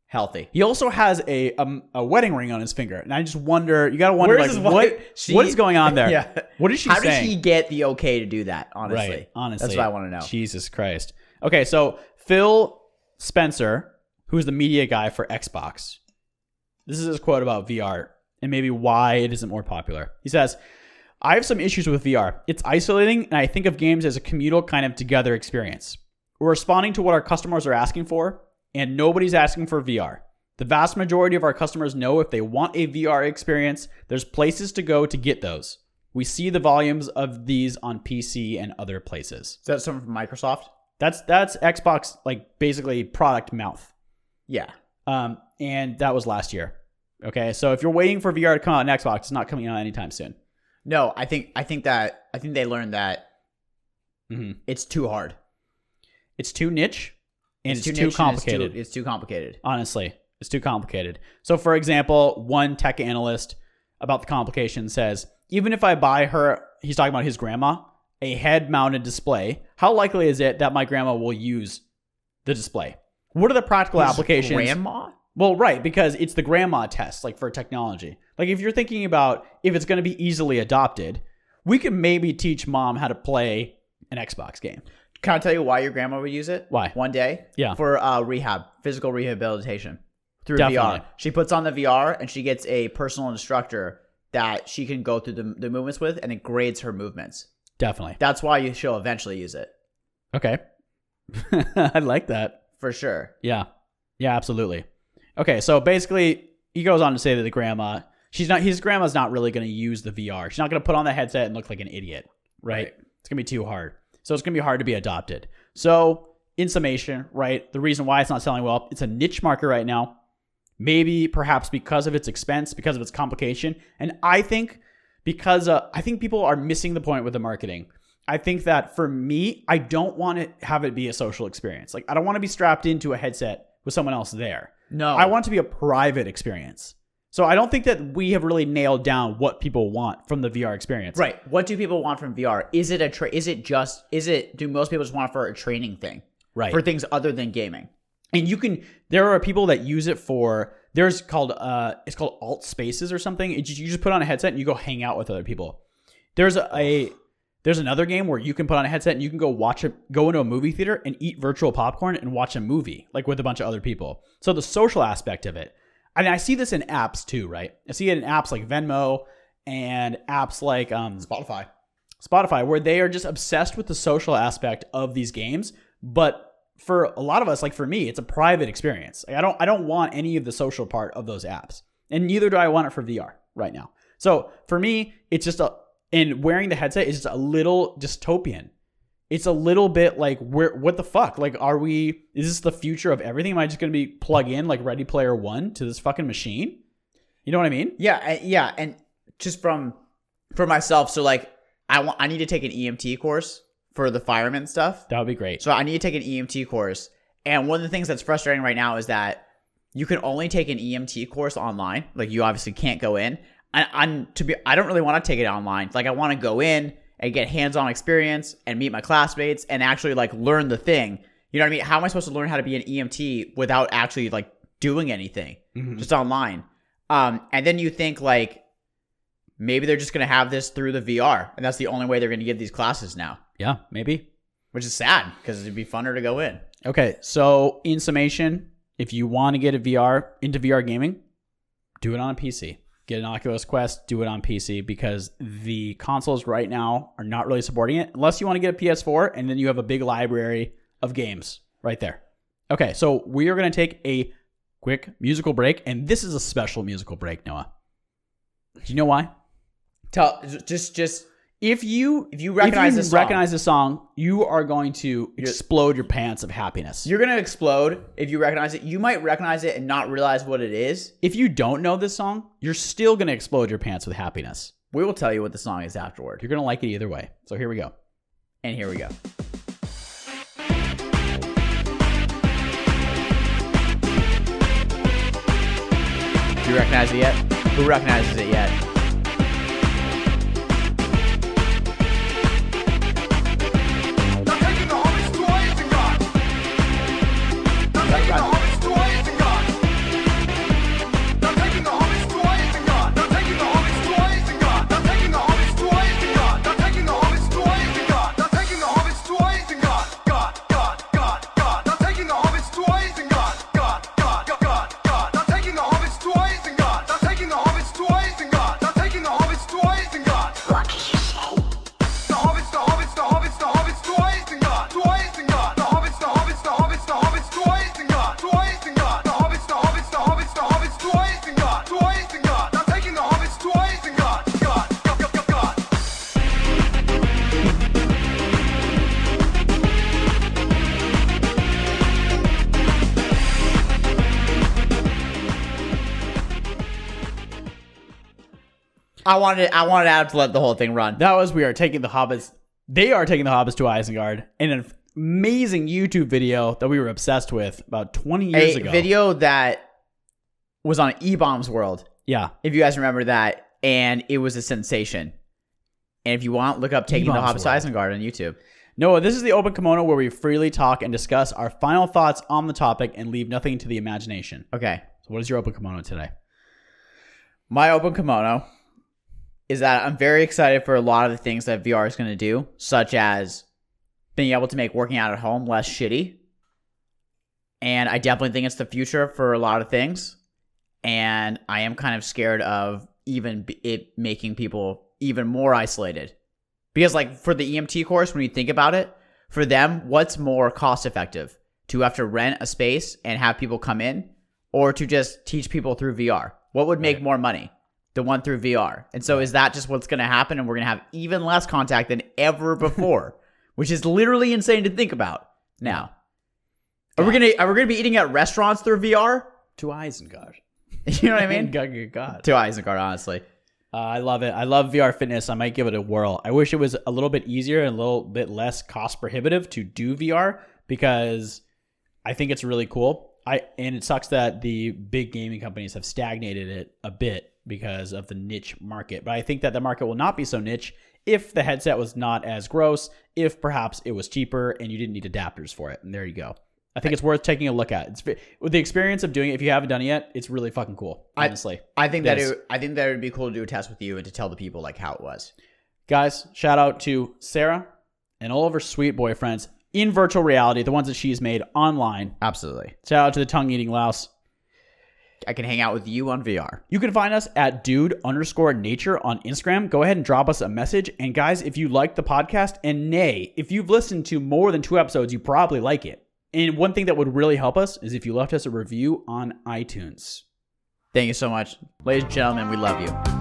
Healthy. He also has a um, a wedding ring on his finger, and I just wonder. You gotta wonder, Where is like, his what wife? She- what is going on there? Yeah. What is she How saying? did he get the okay to do that, honestly? Right. Honestly. That's what I want to know. Jesus Christ. Okay, so Phil Spencer, who's the media guy for Xbox, this is his quote about VR and maybe why it isn't more popular. He says, I have some issues with VR. It's isolating, and I think of games as a communal kind of together experience. We're responding to what our customers are asking for, and nobody's asking for VR. The vast majority of our customers know if they want a VR experience, there's places to go to get those. We see the volumes of these on PC and other places. Is that someone from Microsoft? That's that's Xbox like basically product mouth. Yeah. Um, and that was last year. Okay, so if you're waiting for VR to come out on Xbox, it's not coming out anytime soon. No, I think I think that I think they learned that hmm it's too hard. It's too niche and it's, too, niche and it's too- complicated. It's too, complicated. Honestly, it's too complicated. So, for example, one tech analyst about the complication says, even if I buy her, he's talking about his grandma, a head mounted display, how likely is it that my grandma will use the display? What are the practical His applications? Grandma? Well, right, because it's the grandma test, like for technology. Like if you're thinking about if it's going to be easily adopted, we could maybe teach mom how to play an Xbox game. Can I tell you why your grandma would use it? Why? One day? Yeah. For uh, rehab, physical rehabilitation through Definitely. VR. She puts on the VR and she gets a personal instructor that she can go through the, the movements with and it grades her movements. Definitely. That's why you, she'll eventually use it Okay. I like that. for sure. Yeah. Yeah, absolutely. Okay, so basically he goes on to say that the grandma, she's not his grandma's not really going to use the VR. She's not going to put on the headset and look like an idiot, right? Right. It's going to be too hard. So it's going to be hard to be adopted. So, in summation, right, the reason why it's not selling well, it's a niche market right now. Maybe perhaps because of its expense, because of its complication, and I think because uh, I think people are missing the point with the marketing. I think that for me, I don't want to have it be a social experience. Like I don't want to be strapped into a headset with someone else there. No. I want it to be a private experience. So I don't think that we have really nailed down what people want from the VR experience. Right. What do people want from VR? Is it a tra- is it just is it do most people just want it for a training thing? Right. For things other than gaming. and you can there are people that use it for there's called uh it's called alt spaces or something it just, you just put on a headset and you go hang out with other people there's a, a there's another game where you can put on a headset and you can go watch a go into a movie theater and eat virtual popcorn and watch a movie like with a bunch of other people so the social aspect of it i mean i see this in apps too right i see it in apps like venmo and apps like um Spotify. Spotify, where they are just obsessed with the social aspect of these games, but for a lot of us, like for me, it's a private experience. Like, I don't I don't want any of the social part of those apps, and neither do I want it for VR right now. So for me, it's just a and wearing the headset is just a little dystopian. It's a little bit like where what the fuck? Like, are we? Is this the future of everything? Am I just gonna be plug in like Ready Player One to this fucking machine? You know what I mean? Yeah, I- yeah, and just from for myself, so like I want I need to take an EMT course for the fireman stuff. That would be great. So I need to take an EMT course. And one of the things that's frustrating right now is that you can only take an EMT course online. Like you obviously can't go in. I, I'm to be I don't really want to take it online. Like I want to go in and get hands-on experience and meet my classmates and actually like learn the thing. You know what I mean? How am I supposed to learn how to be an EMT without actually like doing anything? just online. Um, and then you think like maybe they're just gonna have this through the VR, and that's the only way they're gonna give these classes now, Yeah, maybe. which is sad because it'd be funner to go in. Okay, so in summation, if you want to get a VR into VR gaming, do it on a PC. Get an Oculus Quest, do it on PC because the consoles right now are not really supporting it unless you want to get a PS4 and then you have a big library of games right there. Okay, so we are going to take a quick musical break and this is a special musical break, Noah. Do you know why? Tell just just If you if you recognize you this song- recognize this song, you are going to explode your pants of happiness. you're gonna explode if you recognize it. You might recognize it and not realize what it is. if you don't know this song, you're still going to explode your pants with happiness. We will tell you what the song is afterward. You're going to like it either way. So here we go. And here we go. Do you recognize it yet? Who recognizes it yet? They're taking the homage to Isengard. They're taking the homage to Isengard. They're taking the homage to Isengard. They're taking the homage to Isengard. They're taking the homage to Isengard. They're taking the homage to Isengard. They're taking the homage to Isengard. God, God, God, God. They're taking the homage to Isengard. God, God, God, God. They're taking the homage to Isengard. They're taking the homage to Isengard. They're taking the homage to Isengard. The hobbits, the hobbits, the hobbits, the hobbits, to Isengard, to Isengard. The hobbits, the hobbits, the hobbits, the hobbits, to Isengard, to Isengard. The hobbits, the hobbits, the hobbits, the hobbits, to Isengard, to Isengard. They're taking the hobbits to Isengard, God, God, God, God, God. I wanted I wanted Adam to let the whole thing run. That was We Are Taking the Hobbits. They are taking the Hobbits to Isengard in an amazing YouTube video that we were obsessed with about 20 years a ago. video that was on E-Bombs World, Yeah. if you guys remember that, and it was a sensation. And if you want, look up Taking E-Bombs the Hobbits to Isengard on YouTube. Noah, this is the Open Kimono where we freely talk and discuss our final thoughts on the topic and leave nothing to the imagination. Okay. So, what is your Open Kimono today? My open kimono is that I'm very excited for a lot of the things that VR is going to do, such as being able to make working out at home less shitty. And I definitely think it's the future for a lot of things. And I am kind of scared of even b- it making people even more isolated. Because, like, for the EMT course, when you think about it, for them, what's more cost effective? To have to rent a space and have people come in, or to just teach people through VR? What would make more money? The one through VR. And so, is that just what's going to happen? And we're going to have even less contact than ever before, which is literally insane to think about now. Are we gonna are we gonna be eating at restaurants through VR? To Isengard. You know what I Man, mean? God, God, God. to Isengard, honestly. Uh, I love it. I love VR fitness. I might give it a whirl. I wish it was a little bit easier and a little bit less cost prohibitive to do VR because I think it's really cool. I and it sucks that the big gaming companies have stagnated it a bit because of the niche market. But I think that the market will not be so niche if the headset was not as gross, if perhaps it was cheaper and you didn't need adapters for it. And there you go. I think it's worth taking a look at. It's ve- with the experience of doing it. If you haven't done it yet, it's really fucking cool. I- Honestly. I think that Yes. it, I think that it would be cool to do a test with you and to tell the people like how it was. Guys, shout out to Sarah and all of her sweet boyfriends in virtual reality, the ones that she's made online. Absolutely. Shout out to the tongue eating louse. I can hang out with you on VR. You can find us at dude underscore nature on Instagram. Go ahead and drop us a message. And guys, if you like the podcast, and nay, if you've listened to more than two episodes, you probably like it. And one thing that would really help us is if you left us a review on iTunes. Thank you so much. Ladies and gentlemen, we love you.